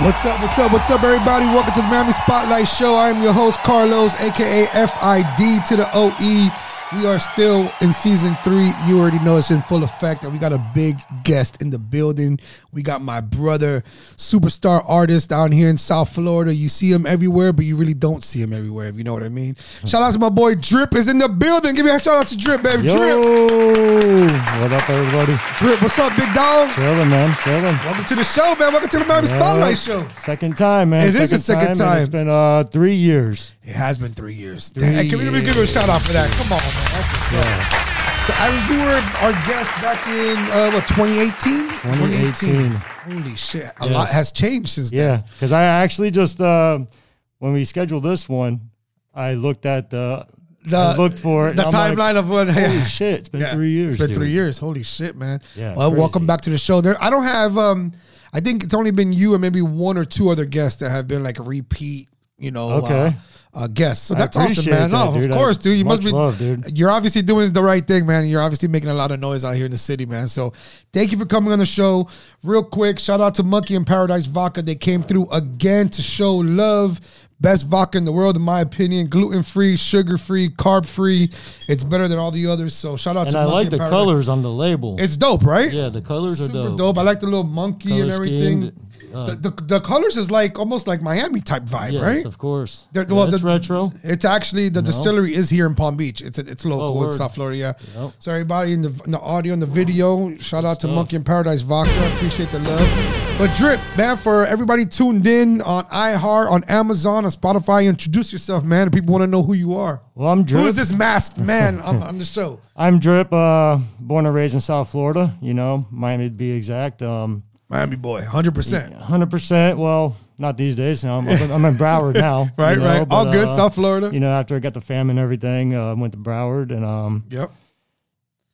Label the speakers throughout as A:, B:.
A: What's up? What's up? What's up, everybody? Welcome to the Miami Spotlight Show. I am your host, Carlos, aka FID to the OE. We are still in season three. You already know it's in full effect, and we got a big guest in the building. We got my brother, superstar artist down here in South Florida. You see him everywhere, but you really don't see him everywhere, if you know what I mean. Shout out to my boy Drip is in the building. Give me a shout out to Drip, baby. Drip,
B: Yo, what up, everybody?
A: Drip, what's up, big dog?
B: Chilling, man. Chilling.
A: Welcome to the show, man. Welcome to the Miami Spotlight Show.
B: Second time, man.
A: It is the second
B: and
A: time.
B: It's been uh, three years.
A: It has been three years. Damn, can we let me give you a shout out for that? Come on, man. That's what's up. So I we were our guest back in uh, what 2018?
B: 2018.
A: Holy shit! A
B: Yes.
A: lot has changed since then.
B: Yeah, because I actually just uh, when we scheduled this one, I looked at the, I looked for it,
A: the
B: and I'm like,
A: timeline of when.
B: Holy shit! It's been
A: Yeah.
B: three years.
A: It's been
B: dude.
A: three years. Holy shit, man.
B: Yeah,
A: Well,
B: crazy.
A: welcome back to the show. There, I don't have. Um, I think it's only been you and maybe one or two other guests that have been like repeat. You know.
B: Okay.
A: Uh, uh, guests. So
B: I
A: that's awesome,
B: appreciate
A: man.
B: that,
A: no,
B: dude.
A: of
B: I-
A: course, dude. You must
B: much
A: be.
B: love, dude.
A: You're obviously doing the right thing, man. You're obviously making a lot of noise out here in the city, man. So thank you for coming on the show. Real quick, shout out to Monkey and Paradise Vodka. They came through again to show love. Best vodka in the world, in my opinion. Gluten free, sugar free, carb free. It's better than all the others. So shout out
B: And
A: to
B: I
A: Monkey
B: like the
A: Paradise.
B: colors on the label.
A: It's dope, right?
B: yeah, the colors are
A: super
B: dope.
A: dope. I like the little monkey and
B: Color
A: everything.
B: schemed, uh,
A: the, the, the colors is like almost like Miami type vibe,
B: Yes,
A: right?
B: of course.
A: They're-
B: yeah,
A: well,
B: it's
A: the-
B: retro.
A: It's actually the distillery is here in Palm Beach. It's it's local.
B: Oh,
A: it's
B: word.
A: South Florida. Yeah.
B: Yep.
A: So everybody in the, in the audio and the video, shout out to Monkey and Paradise Vodka. Appreciate the love. But drip, man, for everybody tuned in on iHeart, on Amazon, on Spotify, introduce yourself, man. If people want to know who you are.
B: Well, I'm Drew.
A: Who is this masked man on, on the show?
B: I'm Drip, uh, born and raised in South Florida, you know, Miami to be exact. Um,
A: Miami boy, hundred percent.
B: 100%, well, not these days. You know, I'm, up in- I'm in Broward now. you
A: Right,
B: know,
A: right. All good,
B: uh,
A: South Florida.
B: You know, after I got the fam and everything, uh, I went to Broward and um,
A: Yep.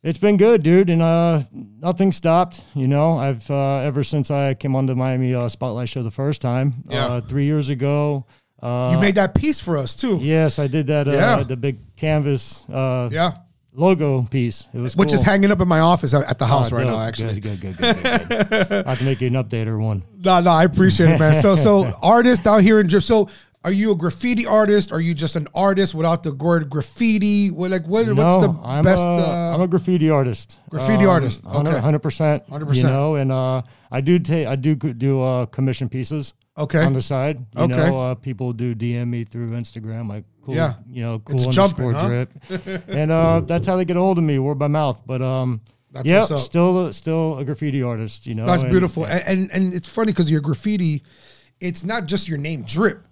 B: it's been good, dude. And uh, nothing stopped, you know. I've uh, ever since I came on the Miami uh, Spotlight Show the first time
A: Yeah.
B: uh, three years ago. Uh,
A: You made that piece for us too.
B: yes, I did that, uh,
A: Yeah.
B: the big canvas uh,
A: Yeah.
B: logo piece. It was
A: Which is
B: cool.
A: hanging up in my office at at the house
B: Oh,
A: right
B: dope.
A: now, actually.
B: Good, good, good, good, good, good. I have to make you an updater one.
A: No, no, I appreciate it, man. So, so artist out here in Drip. So, are you a graffiti artist? Are you just an artist without the word graffiti? What, like, what, what's the
B: I'm
A: best?
B: A,
A: uh,
B: I'm a graffiti artist. Um,
A: Graffiti artist, okay.
B: Hundred percent. Hundred You
A: 100%.
B: know, and uh, I do take I do co- do uh, commission pieces.
A: Okay.
B: On the side, you
A: Okay.
B: know, uh, people do DM me through Instagram, like cool,
A: Yeah.
B: you know, cool
A: It's
B: underscore
A: jumping,
B: drip, and uh, that's how they get a hold of me, word by mouth. But um,
A: That's
B: yeah,
A: what's up.
B: still still a graffiti artist, you know.
A: that's
B: and-
A: beautiful, and, and and it's funny because your graffiti, it's not just your name, Drip.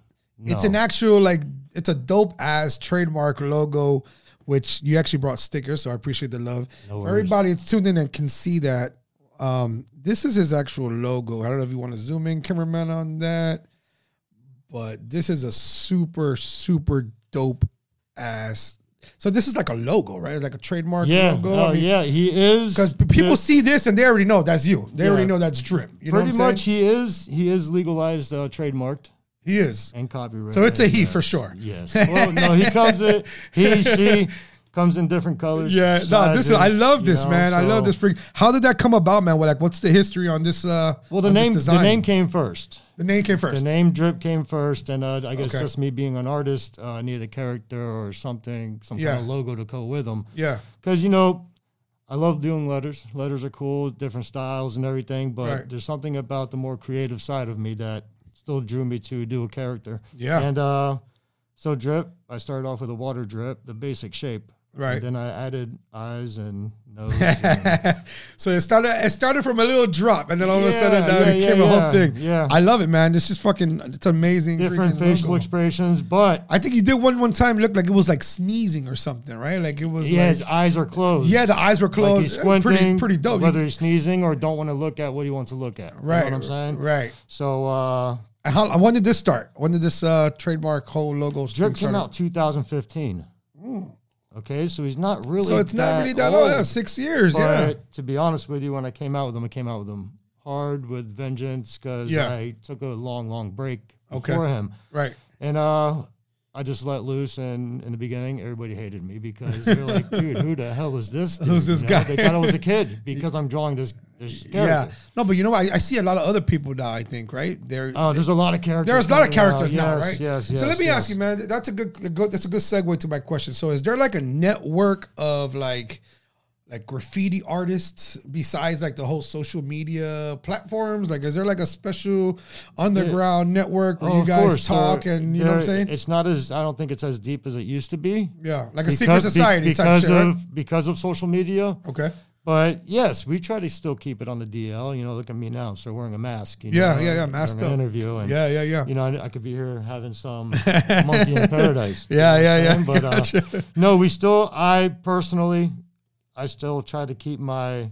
A: It's an actual like it's a dope ass trademark logo, which you actually brought stickers. So I appreciate the love. For everybody that's tuned in and can see that, um, this is his actual logo. I don't know if you want to zoom in, cameraman, on that. but this is a super super dope ass. So this is like a logo, right? Like a trademark
B: Yeah,
A: logo.
B: oh, yeah, he is
A: Because people
B: the-
A: see this and they already know that's you. They already
B: Yeah.
A: know that's Drip. You know
B: pretty
A: what I'm
B: much
A: saying?
B: he is he is legalized, uh, trademarked.
A: He is.
B: and copyright.
A: So it's a he
B: Yes.
A: for sure.
B: Yes. Well, no, he comes in he, she, comes in different colors.
A: Yeah, no, this is I
B: sizes,
A: love
B: you
A: this
B: know,
A: man. I love
B: so-
A: this freak. How did that come about, man? What, like, what's the history on this? Uh,
B: Well, the
A: on this
B: name the
A: design?
B: name came first.
A: the name came first.
B: The name drip came first, and uh, I guess
A: Okay.
B: just me being an artist, uh, I needed a character or something, some
A: Yeah.
B: kind of logo to go with them.
A: Yeah,
B: Because you know, I love doing letters. Letters are cool, different styles and everything. But
A: Right.
B: there's something about the more creative side of me that still drew me to do a character.
A: Yeah.
B: And uh, so drip, I started off with a water drip, the basic shape.
A: Right.
B: And then I added eyes and nose. and-
A: so it started. It started from a little drop, and then all of a
B: Yeah,
A: sudden, uh,
B: yeah,
A: it
B: yeah,
A: came a whole
B: yeah,
A: thing.
B: yeah.
A: I love it, man. It's just fucking. It's amazing.
B: different
A: freaking
B: facial
A: logo.
B: expressions, but
A: I think you did one one time. Look like it was like sneezing or something, right? Like it was.
B: he has
A: Like,
B: eyes are closed.
A: yeah, the eyes were
B: Like he's
A: closed.
B: squinting,
A: pretty, pretty dope.
B: Whether he's sneezing or don't want to look at what he wants to look at. You know
A: right.
B: what I'm saying?
A: Right.
B: So uh,
A: And How, when did this start? When did this uh, trademark whole logo
B: Drip
A: thing
B: came
A: start?
B: out 2015. Okay, so he's not really.
A: Hmm. So it's not really that old. Yeah, six years.
B: Oh. But
A: Yeah.
B: to be honest with you, when I came out with him, I came out with him hard with vengeance because
A: Yeah.
B: I took a long, long break
A: Okay.
B: before him,
A: Right.
B: and uh, I just let loose. And in the beginning, everybody hated me because they're like, "Dude, who the hell is this? Dude?
A: Who's this
B: You
A: guy?
B: They thought I was a kid because I'm drawing this this
A: Yeah.
B: character.
A: No, but you know, I, I see a lot of other people now. I think right there.
B: Oh, there's a lot of characters.
A: There's a lot of
B: coming
A: characters
B: out.
A: now,
B: Yes,
A: right?
B: Yes, yes.
A: so let me
B: yes.
A: ask you, man. That's a good, a good. That's a good segue to my question. So, is there like a network of like, like graffiti artists besides like the whole social media platforms? Like, is there like a special underground network where
B: Oh,
A: you
B: of
A: guys
B: course,
A: talk
B: there-
A: and you know what I'm
B: there-
A: saying?
B: It's not as I don't think it's as deep as it used to be.
A: Yeah, like a
B: Because-
A: secret
B: be-
A: society type
B: because
A: shit.
B: of
A: right?
B: because of social media.
A: Okay.
B: But yes, we try to still keep it on the DL. You know, look at me now. So wearing a mask. You
A: Yeah,
B: know,
A: yeah, yeah,
B: during
A: masked
B: an
A: up.
B: interview. And,
A: Yeah, yeah, yeah.
B: You know, I, I could be here having some monkey in paradise. you
A: Yeah,
B: know what
A: yeah,
B: I'm
A: yeah.
B: saying? But uh, no, we still. I personally, I still try to keep my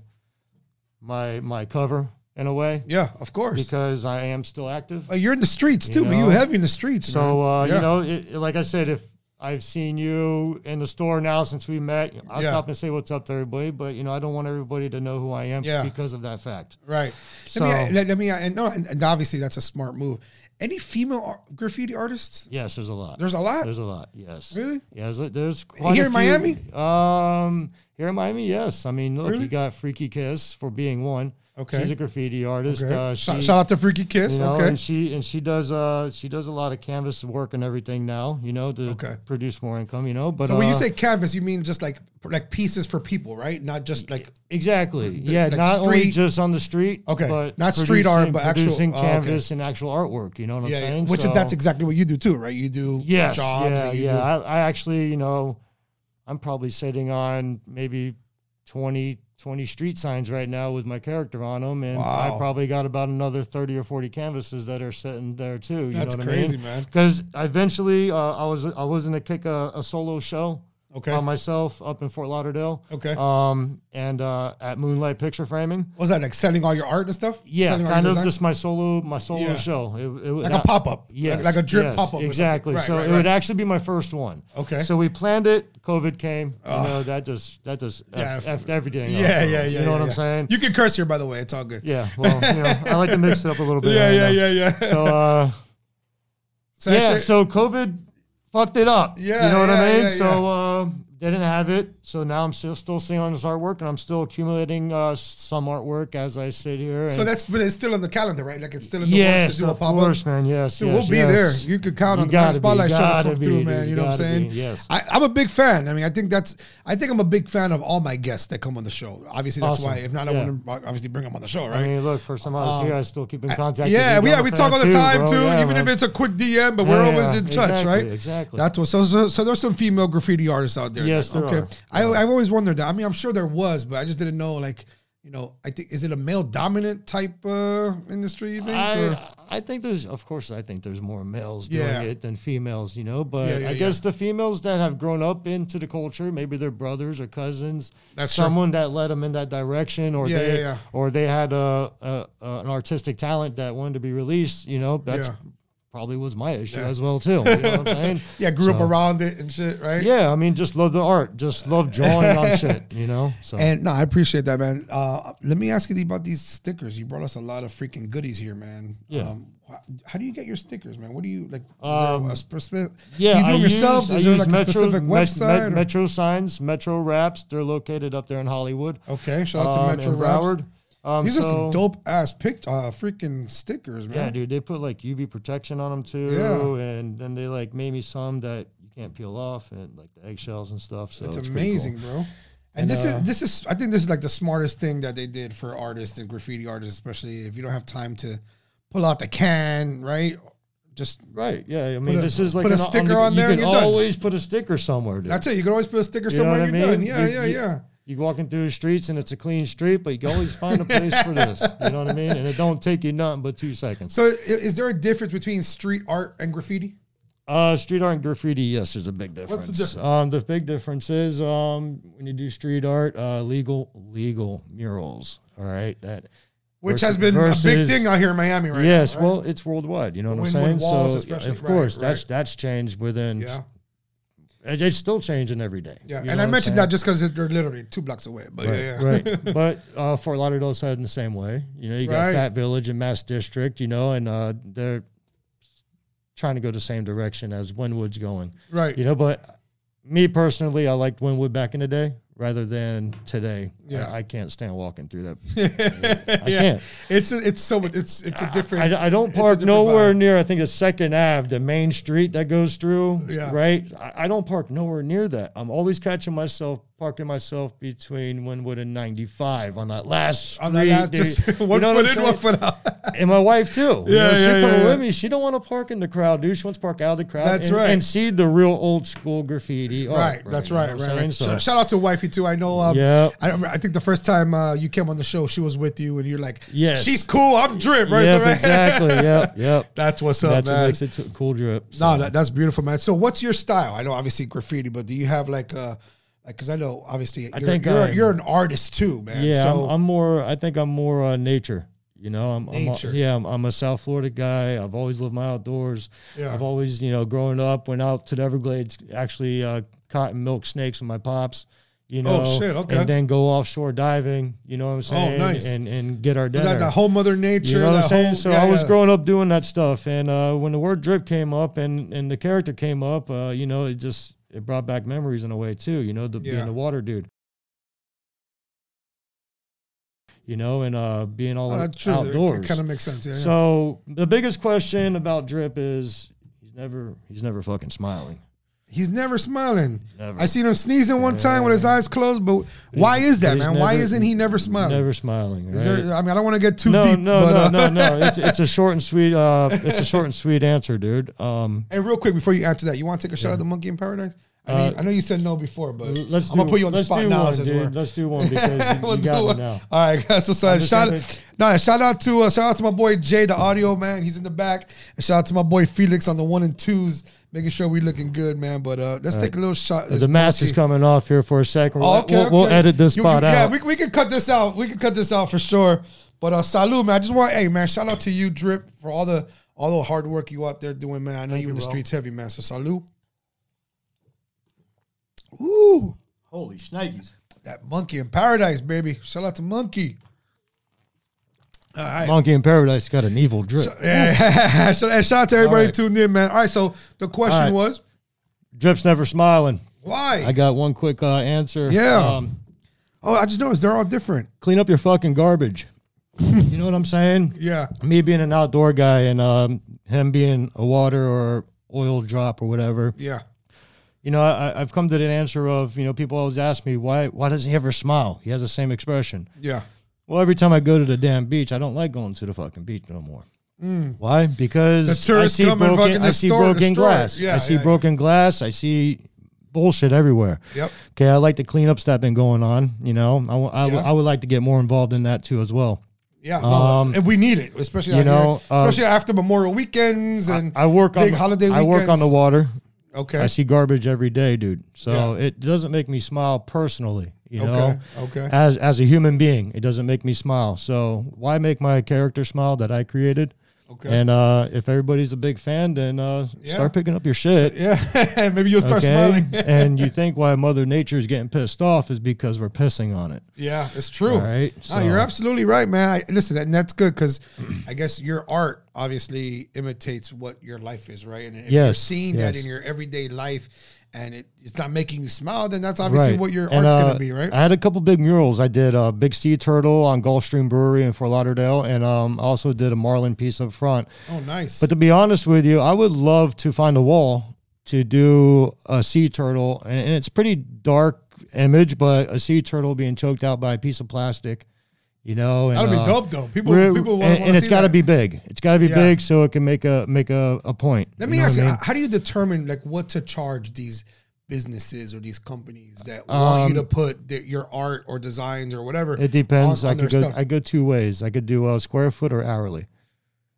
B: my my cover in a way
A: Yeah, of course.
B: because I am still active.
A: Uh, you're in the streets too, but you
B: know?
A: heavy in the streets.
B: So
A: man.
B: uh,
A: Yeah.
B: you know, it, it- like I said, if I've seen you in the store now since we met, I'll
A: Yeah.
B: stop and say what's up to everybody. But you know, I don't want everybody to know who I am
A: Yeah.
B: because of that fact.
A: Right.
B: So-
A: let me, uh, let, let me and no, and, and obviously that's a smart move. Any female ar- graffiti artists?
B: Yes, there's a lot.
A: There's a lot?
B: There's a lot. Yes.
A: Really?
B: Yeah. There's, there's quite
A: Here
B: a
A: in
B: few- Um, here in Miami, yes. I mean, look,
A: Really?
B: you got Freaky Kiss for being one.
A: Okay.
B: She's a graffiti artist.
A: Okay.
B: Uh,
A: shout,
B: she,
A: shout out to Freaky Kiss.
B: you know,
A: okay.
B: and she and she does uh she does a lot of canvas work and everything now. You know, to
A: Okay.
B: produce more income. You know, but
A: So when you
B: uh,
A: say canvas, you mean just like like pieces for people, right? Not just like
B: Exactly. yeah,
A: like
B: not only
A: street-
B: just on the street.
A: Okay,
B: but
A: not street art,
B: producing-
A: but actual-
B: producing
A: oh, okay.
B: canvas and actual artwork. You know what I'm
A: yeah,
B: saying?
A: which is that's
B: So,
A: exactly what you do too, right? You do
B: yes,
A: jobs.
B: yeah,
A: and you
B: yeah. I, I actually, you know, I'm probably sitting on maybe 20, 20 street signs right now with my character on them, and
A: Wow.
B: I probably got about another thirty or forty canvases that are sitting there too. You
A: That's
B: know what
A: crazy,
B: I mean?
A: man.
B: Because eventually, uh, I was I was gonna kick uh, a, a solo show.
A: do. Okay.
B: By myself up in Fort Lauderdale.
A: Okay.
B: Um, and uh, at Moonlight Picture Framing.
A: What was that like selling all your art and stuff?
B: Yeah,
A: Selling all
B: kind
A: your
B: of
A: design?
B: just my solo my solo
A: Yeah.
B: show. It, it would-
A: like a pop up.
B: Yes,
A: Like, like a drip
B: yes,
A: pop up.
B: Exactly. so it would actually be my first one.
A: Okay. Ah.
B: So we planned it. COVID came. You know that just that just
A: Yeah,
B: yeah, effed everything. up.
A: Yeah, yeah, yeah.
B: You know what
A: yeah,
B: I'm
A: yeah.
B: saying?
A: You can curse here, by the way. It's all good.
B: yeah. Well, you know, I like to mix it up a little bit.
A: yeah,
B: I
A: yeah,
B: know.
A: yeah, yeah.
B: So uh,
A: So that
B: yeah,
A: shit-
B: so COVID fucked it up.
A: Yeah,
B: you know what I
A: yeah,
B: mean.
A: yeah,
B: So uh, they didn't have it. So now I'm still still sitting on this artwork, and I'm still accumulating uh, some artwork as I sit here. And
A: So that's but it's still on the calendar, right? Like it's still in the works
B: yes,
A: to do a
B: of
A: pop up.
B: course, man. Yes,
A: Dude,
B: yes,
A: we'll be
B: yes.
A: there. You could count
B: You
A: on the Miami
B: gotta be,
A: spotlight show to
B: gotta
A: come
B: be,
A: through,
B: dude,
A: man. You know what I'm
B: gotta
A: saying?
B: be, yes.
A: I, I'm a big fan. I mean, I think that's. I think I'm a big fan of all my guests that come on the show. Obviously, that's
B: Awesome.
A: why. If not, I
B: Yeah.
A: wouldn't obviously bring them on the show, right?
B: I mean, look, first time I was here, I still keep in contact.
A: Um, yeah,
B: with
A: we,
B: you.
A: yeah,
B: I'm a
A: we talk
B: fan
A: all the time
B: bro.
A: too,
B: Yeah,
A: even
B: man.
A: if it's a quick DM. But we're
B: Yeah,
A: always
B: yeah,
A: in touch,
B: exactly,
A: right?
B: exactly.
A: That's what. So, so, so there's some female graffiti artists out there. then.
B: Yes, there are.
A: I, I've always wondered that. I mean, I'm sure there was, but I just didn't know. Like, you know, I think is it a male dominant type uh, industry? You think? or-
B: I, I think there's, of course, I think there's more males doing
A: Yeah.
B: it than females, you know. But
A: Yeah, yeah,
B: I
A: yeah.
B: guess the females that have grown up into the culture, maybe their brothers or cousins,
A: That's true.
B: someone that led them in that direction, or
A: Yeah,
B: they,
A: yeah, yeah.
B: or they had a, a, a an artistic talent that wanted to be released. You know, that's
A: Yeah.
B: probably was my issue as well too. You know what I'm saying?
A: Yeah, grew up
B: So-
A: around it and shit, right?
B: Yeah, I mean, just love the art, just love drawing on shit, you know. So
A: And no, I appreciate that, man. Uh, let me ask you about these stickers. You brought us a lot of freaking goodies here, man. Um,
B: Yeah.
A: wh- how do you get your stickers, man? What do you like? Is
B: Um,
A: there a specific,
B: yeah,
A: you do
B: I
A: them yourself?
B: Use,
A: is
B: I
A: there
B: use
A: like
B: Metro,
A: a specific
B: Met-
A: website?
B: Met-
A: or-
B: Metro signs, Metro wraps. They're located up there in Hollywood.
A: okay, shout out
B: um,
A: to Metro
B: in
A: Raps.
B: Broward. Um,
A: These are some
B: so-
A: dope ass pic, uh, freaking stickers, man.
B: Yeah, dude, they put like UV protection on them too,
A: Yeah.
B: and then they like made me some that you can't peel off, and like the eggshells and stuff. So
A: It's,
B: it's pretty cool.
A: amazing, bro. And,
B: And,
A: this
B: uh,
A: is this is I think this is like the smartest thing that they did for artists and graffiti artists, especially if you don't have time to pull out the can, right? Just
B: Right? Yeah, I mean,
A: a-
B: this is like
A: put a
B: an-
A: sticker
B: you-
A: on there
B: You
A: and
B: can
A: you're done.
B: always put a sticker somewhere, dude.
A: that's it. You can always put a sticker
B: You know
A: somewhere.
B: what I
A: You're
B: mean?
A: done. Yeah,
B: You-
A: yeah,
B: you-
A: yeah.
B: You walking through the streets and it's a clean street, but you can always find a place for this. You know what I mean? And it don't take you nothing but two seconds.
A: So i- is there a difference between street art and graffiti?
B: Uh, street art and graffiti, yes, there's a big difference.
A: the difference?
B: Um, the big difference is um, when you do street art, uh, legal legal murals. All right, that
A: Which
B: Versus-
A: has been a big
B: versus-
A: thing out here in Miami, right?
B: yes,
A: now, right?
B: well, it's worldwide. You know what I'm
A: Windward
B: saying?
A: walls
B: so
A: especially,
B: of
A: right,
B: course,
A: right.
B: that's that's changed within.
A: yeah,
B: it- it's still changing every day.
A: yeah.
B: You
A: and
B: know
A: I
B: what I'm
A: mentioned
B: saying?
A: that just because they're literally two blocks away. But yeah, yeah.
B: right, right. But uh, Fort Lauderdale's headed in the same way. You know, you got
A: Right.
B: Fat Village and Mass District. You know, and uh, they're trying to go the same direction as Winwood's going.
A: Right.
B: You know, but me personally, I liked Winwood back in the day rather than today.
A: Yeah.
B: I, I can't stand walking through that. I can't.
A: It's a, it's so it's it's a different.
B: I, I don't
A: it's a
B: park
A: different
B: nowhere
A: vibe.
B: near. I think it's Second Ave, the main street that goes through.
A: Yeah.
B: Right. I, I don't park nowhere near that. I'm always catching myself parking myself between Winwood and 95 on that last street.
A: On that last,
B: dude.
A: just
B: You
A: one
B: know what
A: foot
B: I'm
A: in, one
B: saying?
A: foot out.
B: and my wife too. You
A: Yeah,
B: know,
A: yeah,
B: she
A: yeah,
B: coming
A: yeah.
B: with me. She don't want to park in the crowd, dude. She wants to park out of the crowd.
A: That's
B: and,
A: right.
B: and see the real old school graffiti. art,
A: Right, that's
B: You know
A: right,
B: what I'm
A: right.
B: saying?
A: right.
B: So-
A: Sh- Shout out to wifey too. I know. Um,
B: Yep.
A: I, remember- I think the first time uh, you came on the show, she was with you, and you're like,
B: Yes.
A: she's cool. I'm drip." Right,
B: Yep,
A: So, right?
B: exactly. Yep, yep.
A: That's what's up,
B: That's
A: man.
B: what makes it t- cool drip. So-
A: No, that, that's beautiful, man. So, what's your style? I know obviously graffiti, but do you have like a like? Because I know obviously you're,
B: think
A: you're,
B: I'm-
A: you're an artist too, man.
B: Yeah,
A: so,
B: I'm, I'm more. I think I'm more uh, nature. You know, I'm, I'm a-
A: Nature.
B: yeah, I'm, I'm a South Florida guy. I've always loved my outdoors.
A: Yeah.
B: I've always, you know, growing up, went out to the Everglades, actually uh, caught and milked snakes with my pops. You know,
A: Oh, shit, okay. Oh,
B: and then go offshore diving. You know what I'm saying?
A: nice.
B: And and get our
A: So
B: dinner.
A: that, that whole mother nature.
B: you know what I'm
A: that
B: saying?
A: whole-
B: so
A: yeah,
B: I was
A: yeah.
B: growing up doing that stuff, and uh, when the word drip came up and and the character came up, uh, you know, it just it brought back memories in a way too. You know, the,
A: Yeah.
B: being the water dude. You know, and uh, being all
A: Oh, that's true.
B: outdoors.
A: It kind of makes sense. Yeah, yeah.
B: So the biggest question about drip is he's never he's never fucking smiling.
A: He's never smiling.
B: Never.
A: I seen him sneezing one time with his eyes closed, but why is that,
B: He's
A: man? why
B: never-
A: isn't he never smiling?
B: Never smiling.
A: Is
B: right?
A: there, I mean, I don't want to get too
B: no,
A: deep.
B: no,
A: but,
B: no,
A: uh,
B: no, no, It's it's a short and sweet. Uh, it's a short and sweet answer, dude. Um,
A: And real quick before you answer that, you want to take a shot at the monkey in paradise? I mean, I know you said no before, but
B: Uh, Let's
A: I'm gonna
B: do-
A: put you on the
B: let's
A: spot
B: do
A: now,
B: one,
A: as it
B: dude.
A: were.
B: Let's do one because you,
A: We'll
B: you
A: do
B: got
A: one.
B: me now.
A: All right, guys. So sorry.
B: just
A: Shout
B: happy-
A: out, no, shout out to uh, shout out to my boy Jay, the audio man. He's in the back. And shout out to my boy Felix on the one and twos, making sure we looking good, man. But uh, let's take a little shot.
B: The mask is coming off here for a second. We'll,
A: Oh, okay,
B: we'll, we'll
A: okay.
B: edit this
A: You-
B: spot
A: you-
B: out.
A: Yeah, we, we can cut this out. We can cut this out for sure. But uh, salute, man. I just want, hey, man, shout out to you, Drip, for all the all the hard work you out there doing, man. I know you in the streets heavy, man. So salute. Ooh,
C: Holy shnikes.
A: that monkey in paradise, baby. Shout out to Monkey. All right.
B: Monkey in Paradise got an evil drip.
A: Yeah. shout, and shout out to everybody
B: right.
A: tuned in, man. All right. So the question
B: All right.
A: was
B: Drip's never smiling.
A: why?
B: I got one quick uh, answer. Um,
A: Yeah. oh, I just noticed they're all different.
B: clean up your fucking garbage. you know what I'm saying?
A: Yeah.
B: Me being an outdoor guy and um, him being a water or oil drop or whatever.
A: Yeah.
B: You know, I, I've come to the answer of you know people always ask me why why doesn't he ever smile? He has the same expression.
A: Yeah.
B: Well, every time I go to the damn beach, I don't like going to the fucking beach no more. Why? Because
A: Mm. The tourists
B: I see
A: come and fucking
B: broken, I see
A: destroy-
B: broken
A: destroy it.
B: glass.
A: Yeah,
B: I see
A: yeah, yeah.
B: broken glass. I see bullshit everywhere.
A: Yep.
B: Okay, I like the cleanups that been going on. You know, I wa- I w- I would like to get more involved in that too as well.
A: Yeah, no, and we need it, especially
B: Um, you
A: out here,
B: know, uh,
A: especially after Memorial weekends and
B: I work
A: big
B: on the-
A: holiday.
B: I work on the
A: weekends.
B: water.
A: Okay,
B: I see garbage every day, dude. So it doesn't make me smile personally. You know,
A: okay.
B: As as a human being, it doesn't make me smile. So why make my character smile that I created?
A: Okay.
B: And uh, if everybody's a big fan, then uh,
A: Yeah.
B: start picking up your shit.
A: yeah, maybe you'll start smiling.
B: and you think why Mother Nature is getting pissed off is because we're pissing on it.
A: Yeah, it's true.
B: All right,
A: No, you're
B: so-
A: absolutely right, man. I, listen, and that's good because I guess your art obviously imitates what your life is, right? And if you're
B: Yes,
A: seeing that
B: yes.
A: in your everyday life and it, it's not making you smile, then that's obviously what your
B: And,
A: art's going
B: uh,
A: to be, right?
B: I had a couple big murals. I did a big sea turtle on Gulfstream Brewery in Fort Lauderdale, and um, I also did a marlin piece up front.
A: oh, nice.
B: But to be honest with you, I would love to find a wall to do a sea turtle, and, and it's pretty dark image, but a sea turtle being choked out by a piece of plastic, you know, and,
A: That'd be
B: uh,
A: dope, though. People,
B: we're-
A: people want
B: and, and it's got to be big. It's got to be
A: Yeah.
B: big so it can make a make a, a point.
A: Let me
B: know
A: ask
B: what
A: you,
B: I mean?
A: how do you determine like what to charge these businesses or these companies that want you to put their, your art or designs or whatever?
B: Um, It depends.
A: on- on
B: I could
A: their
B: go.
A: stuff?
B: I go two ways. I could do a square foot or hourly.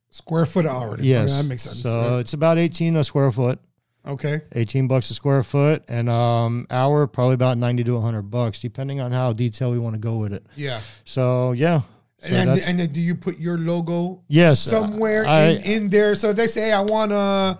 A: square foot hourly.
B: Yes,
A: that makes sense.
B: So
A: right?
B: it's about eighteen a square foot.
A: okay,
B: Eighteen bucks a square foot, and um, hour probably about ninety to hundred bucks, depending on how detailed we want to go with it.
A: yeah.
B: So yeah. So
A: and, then,
B: that's-
A: and then do you put your logo
B: Yes, uh,
A: somewhere
B: I-
A: in, in there? So they say, hey, I want to, uh,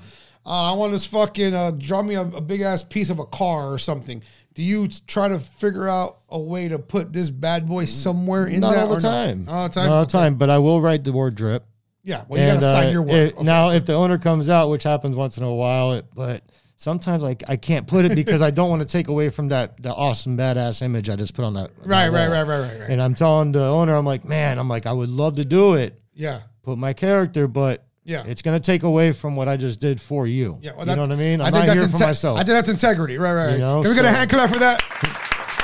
A: I want this fucking, uh, draw me a, a big ass piece of a car or something. Do you try to figure out a way to put this bad boy somewhere in
B: not
A: there?
B: all the
A: or not?
B: time.
A: Not all the time.
B: Not all
A: Okay.
B: the time. But I will write the word drip.
A: Yeah. Well, you got to
B: uh,
A: sign your work.
B: it-
A: Okay.
B: Now, if the owner comes out, which happens once in a while, it, but sometimes like I can't put it because I don't want to take away from that the awesome badass image I just put on that. on
A: Right,
B: that
A: right,
B: wall.
A: right, right, right, right.
B: And I'm telling the owner, I'm like, man, I'm like, I would love to do it,
A: yeah.
B: put my character, but
A: Yeah.
B: it's gonna take away from what I just did for you.
A: Yeah. Well,
B: you know
A: that's-
B: what I mean? I'm
A: think
B: not
A: that's
B: here for
A: inte-
B: myself.
A: I think that's integrity. Right, right, right.
B: You know,
A: Can we get a
B: so-
A: hand clap for that?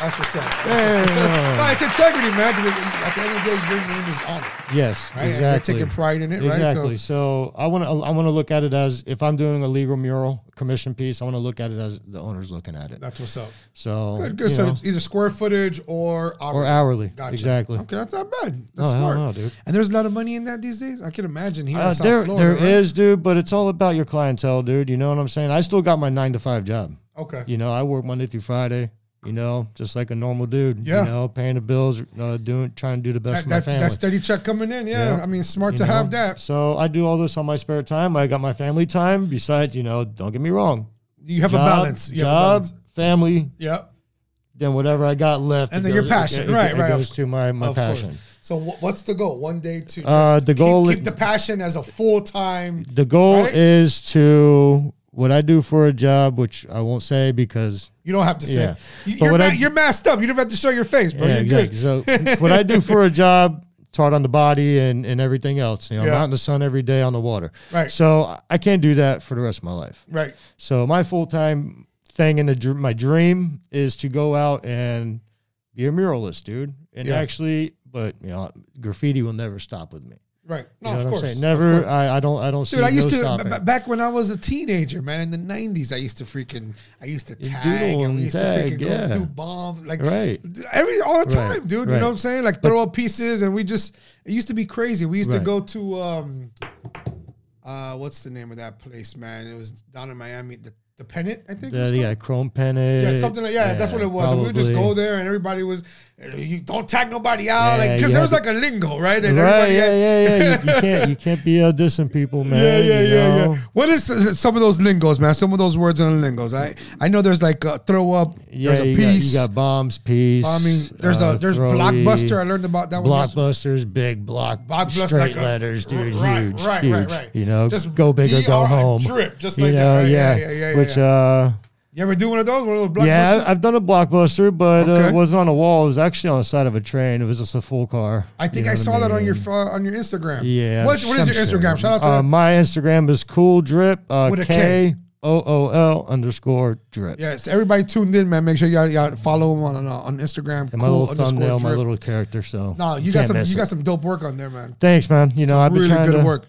A: That's what's up. That's what's up.
B: Hey.
A: No, it's integrity, man. Because at the end of the day, your name is on it.
B: Yes,
A: Right, and you're
B: exactly.
A: taking pride in it, right? So-
B: Exactly. So, I want to I want to look at it as if I'm doing a legal mural commission piece, I want to look at it as the owner's looking at it.
A: That's what's up.
B: So,
A: Good, good.
B: you
A: So
B: know,
A: it's either square footage or hourly.
B: or hourly,
A: Gotcha.
B: exactly.
A: Okay, that's not bad.
B: No,
A: That's
B: hell
A: smart,
B: no, dude.
A: And there's a lot of money in that these days. I can imagine here.
B: Uh,
A: in South
B: there,
A: Florida,
B: there
A: right?
B: is, dude, but it's all about your clientele, dude. You know what I'm saying? I still got my nine to five job.
A: Okay.
B: You know, I work Monday through Friday. You know, just like a normal dude.
A: Yeah.
B: You know, paying the bills, uh, doing, trying to do the best
A: That,
B: for my
A: that,
B: family.
A: that steady check coming in. Yeah.
B: Yeah.
A: I mean, smart
B: you
A: to
B: know?
A: have that.
B: So I do all this on my spare time. I got my family time. Besides, you know, don't get me wrong,
A: You have a
B: job,
A: balance. You have a
B: job,
A: balance.
B: family,
A: Yeah.
B: then whatever I got left.
A: And
B: it
A: then your
B: goes-
A: passion.
B: it- it-
A: Right,
B: it
A: right.
B: goes to my, my
A: Of course.
B: passion.
A: So wh- what's the goal? One day to just
B: Uh, the
A: keep-
B: goal-
A: keep, the passion as a full time.
B: The goal
A: Right?
B: is to what I do for a job, which I won't say because
A: You don't have to say.
B: Yeah.
A: You,
B: But
A: you're,
B: what
A: ma-
B: I-
A: you're masked up. You don't have to show your face, bro.
B: yeah,
A: you're
B: exactly.
A: good.
B: So what I do for a job, it's hard on the body and, and everything else. You know, I'm
A: Yeah.
B: out in the sun every day on the water.
A: Right.
B: So I- I can't do that for the rest of my life.
A: Right.
B: So my full time thing and the dr- my dream is to go out and be a muralist, dude. And
A: Yeah.
B: actually, but you know, graffiti will never stop with me.
A: Right.
B: You
A: No,
B: know
A: Oh, of
B: what
A: course.
B: I'm saying? Never. I, I don't. I don't see.
A: Dude, I used
B: no
A: to b-
B: stopping.
A: b- back when I was a teenager, man. In the nineties, I used to freaking, I used to tag,
B: doodle
A: and we
B: and
A: used to
B: tag,
A: freaking
B: yeah.
A: go do bomb, like
B: Right.
A: every all the time,
B: Right,
A: dude. You
B: right.
A: know what I'm saying? Like throw up pieces, and we just it used to be crazy. We used to
B: Right.
A: go to um, uh, what's the name of that place, man? It was down in Miami, the, the Pennant, I think. it
B: Yeah,
A: was
B: they
A: called.
B: got chrome pennant.
A: Yeah, something like yeah, that's what it was. And we would just
B: probably.
A: go there, and everybody was, uh, you don't tag nobody out,
B: Yeah,
A: like because
B: you
A: there
B: had
A: was
B: to-
A: like a lingo, right? And
B: Right,
A: everybody
B: yeah,
A: had-
B: yeah, yeah. You, you can't, you can't be uh, dissing people, man.
A: Yeah, yeah,
B: you
A: yeah,
B: know?
A: yeah. What is uh, some of those lingos, man? Some of those words on the lingos. I I know there's like uh throw up.
B: Yeah,
A: there's a
B: you, got,
A: piece.
B: you got bombs, peace.
A: I mean, there's
B: uh,
A: a there's
B: throwy,
A: blockbuster. I learned about that one. yesterday.
B: blockbusters, big block,
A: Blockbuster,
B: straight
A: like a-
B: letters, dude,
A: right,
B: huge,
A: right,
B: huge.
A: right, right.
B: You know,
A: Just
B: just go big or go
A: DR
B: home.
A: drip, just
B: you
A: like that,
B: know,
A: right? Yeah,
B: yeah,
A: yeah, yeah, yeah,
B: Which,
A: yeah.
B: uh,
A: You ever do one of those? One of those blockbusters?
B: yeah, I- I've done a blockbuster, but uh,
A: Okay.
B: it wasn't on a wall. It was actually on the side of a train. It was just a full car.
A: I think
B: you know
A: I
B: what
A: saw that on
B: mean?
A: your uh, on your Instagram.
B: Yeah.
A: What, what is your
B: I'm sure.
A: Instagram? Shout out to
B: uh, my Instagram is cool drip uh,
A: With a K.
B: K O O L underscore drip.
A: yes, everybody tuned in, man. Make sure y'all, y'all follow him on on, uh, on Instagram.
B: And my
A: cool
B: little
A: underscore
B: thumbnail, my
A: drip.
B: little character. So
A: No, you got
B: can't
A: some.
B: miss
A: You got
B: it.
A: some dope work on there, man.
B: Thanks, man. You know, I've been
A: Really
B: trying
A: good
B: to
A: work.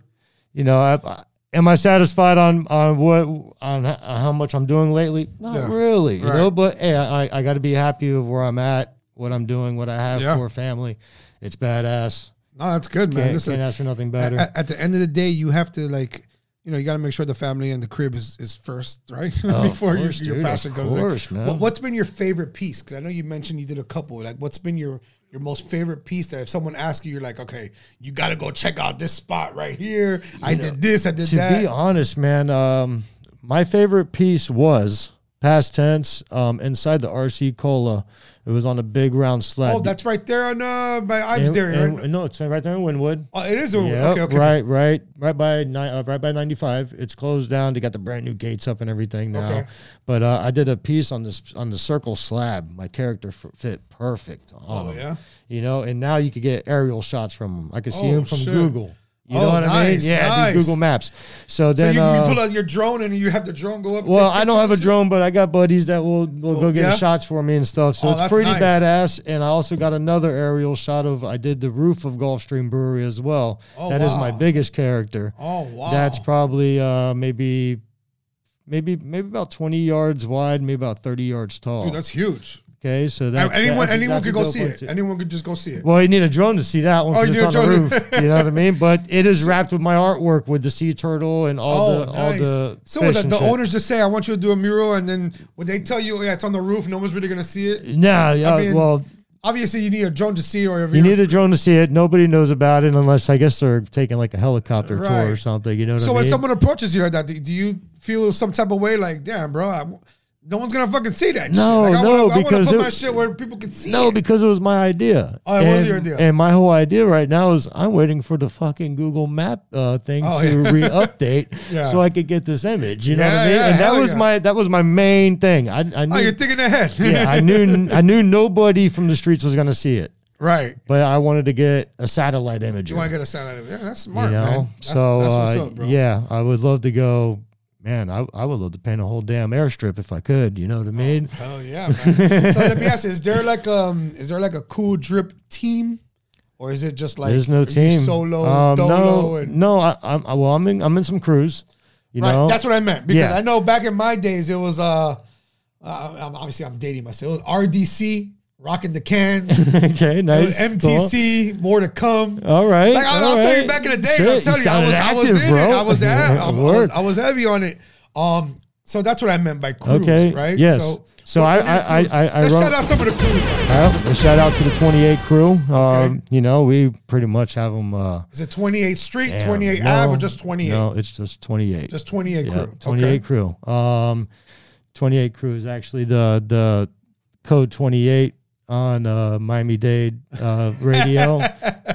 B: You know, I, I, am I satisfied on on what on h- how much I'm doing lately? Not
A: Yeah.
B: really. You
A: Right.
B: know, but hey, I I got to be happy of where I'm at, what I'm doing, what I have
A: Yeah.
B: for family. It's badass.
A: No, that's good, man.
B: Can't,
A: Listen,
B: can't ask for nothing
A: at,
B: better.
A: at- at the end of the day, you have to like, you know, you got to make sure the family and the crib is, is first, right?
B: of
A: Before
B: course,
A: your, your
B: dude,
A: passion
B: of
A: goes. in.
B: course, man.
A: What, has been your favorite piece? Because I know you mentioned you did a couple. Like, what's been your your most favorite piece that if someone asks you, you're like, okay, you got to go check out this spot right here. I did this, I did
B: to
A: that.
B: be honest, man, um, my favorite piece was past tense um, inside the RC Cola. It was on a big round sled.
A: oh, that's right there on uh, by Ives
B: And-
A: there.
B: and-
A: right?
B: no, it's right there in Winwood.
A: Oh, it is a
B: Yep,
A: okay, okay.
B: right, right, right by ni- uh, right by ninety five. It's closed down. They got the brand new gates up and everything now.
A: Okay.
B: But uh, I did a piece on this on the circle slab. My character f- fit perfect.
A: Oh, yeah?
B: you know, and now you could get aerial shots from them. I could see
A: Oh,
B: them from
A: shit.
B: Google. You know
A: Oh,
B: what I mean?
A: nice,
B: Yeah, I
A: nice.
B: do Google Maps. So
A: So
B: then,
A: you,
B: uh,
A: you pull out your drone and you have the drone go up. and
B: well,
A: take
B: I don't have a
A: pictures?
B: drone, but I got buddies that will will
A: Oh,
B: go get
A: yeah?
B: the shots for me and stuff. So
A: Oh,
B: it's
A: that's
B: pretty
A: nice.
B: badass. And I also got another aerial shot of I did the roof of Gulfstream Brewery as well.
A: Oh,
B: That is my
A: wow.
B: biggest character.
A: Oh wow,
B: That's probably uh, maybe maybe maybe about twenty yards wide, maybe about thirty yards tall.
A: Dude, that's huge.
B: okay, so
A: And
B: that's
A: anyone,
B: that's-
A: anyone
B: that's a
A: could go
B: dope
A: see
B: one
A: it.
B: too.
A: Anyone could just go see it.
B: Well, you need a drone to see that one
A: Oh,
B: 'cause
A: you
B: it's on
A: need a
B: the
A: drone.
B: roof. you know what I mean? But it is wrapped with my artwork with the sea turtle and all
A: Oh,
B: the all
A: nice.
B: the
A: so what,
B: fish
A: the,
B: and
A: the
B: shit.
A: owners just say, "I want you to do a mural," and then when they tell you, "Yeah, it's on the roof. No one's really gonna see it."
B: Nah, yeah,
A: mean,
B: well,
A: Obviously, you need a drone to see, it or if
B: You
A: you're-
B: need a drone to see it. Nobody knows about it unless I guess they're taking like a helicopter tour or
A: Right.
B: something. You know what
A: So
B: I
A: when
B: mean?
A: someone approaches you like that, do, do you feel some type of way? Like, damn, bro, I w no one's gonna fucking see that.
B: No,
A: shit. Like,
B: no,
A: I wanna, I wanna
B: because
A: put
B: it-
A: my shit where people can see.
B: no,
A: it.
B: because it was my idea.
A: Oh, it was
B: and,
A: your idea.
B: And my whole idea right now is I'm waiting for the fucking Google Map uh, thing
A: Oh,
B: to
A: yeah.
B: re-update
A: Yeah.
B: so I could get this image. You know what
A: Yeah,
B: I mean?
A: yeah,
B: and that
A: hell
B: was
A: yeah.
B: my that was my main thing. I, I knew,
A: oh, you're thinking ahead.
B: yeah, I knew I knew nobody from the streets was gonna see it,
A: right.
B: but I wanted to get a satellite image.
A: You want to get a sound out of it? Yeah, that's
B: you
A: smart, man.
B: know
A: That's,
B: so
A: that's what's
B: uh,
A: up, bro.
B: yeah i would love to go man I, I would love to paint a whole damn airstrip if i could you know
A: Oh,
B: what i mean
A: Hell yeah, man. so let me ask you: Is there like um, is there like a cool drip team, or is it just like
B: there's
A: are
B: no
A: you
B: team
A: solo,
B: Um,
A: dolo,
B: no
A: and
B: no I, i'm I- well i'm in i'm in some crews you
A: right?
B: know
A: That's what I meant because
B: Yeah.
A: I know back in my days it was uh, uh I'm- obviously I'm dating myself. It was RDC rocking the cans. it
B: okay
A: was
B: nice cool.
A: MTC more to come.
B: all right
A: Like, I,
B: all
A: will tell you,
B: right.
A: back in the day,
B: Shit,
A: I'll tell you, I
B: sounded
A: was, I was
B: active,
A: in
B: bro.
A: it. I was, at, I, was,
B: Work.
A: I was heavy on it. Um, so that's what I meant by crews,
B: Okay,
A: right?
B: yes. So
A: what-
B: I-
A: what are your
B: I- I-
A: crews?
B: I- I
A: let's
B: wrote-
A: shout out some of the crews.
B: Well, a shout out to the 28 crew um you know we pretty much have them uh
A: Is it 28th Street,
B: damn,
A: 28
B: no,
A: Ave, or just 28?
B: no it's just 28
A: Just 28
B: Yeah,
A: crew.
B: 28 crew. Um, 28 crew is actually the the code 28 on uh, Miami Dade uh, radio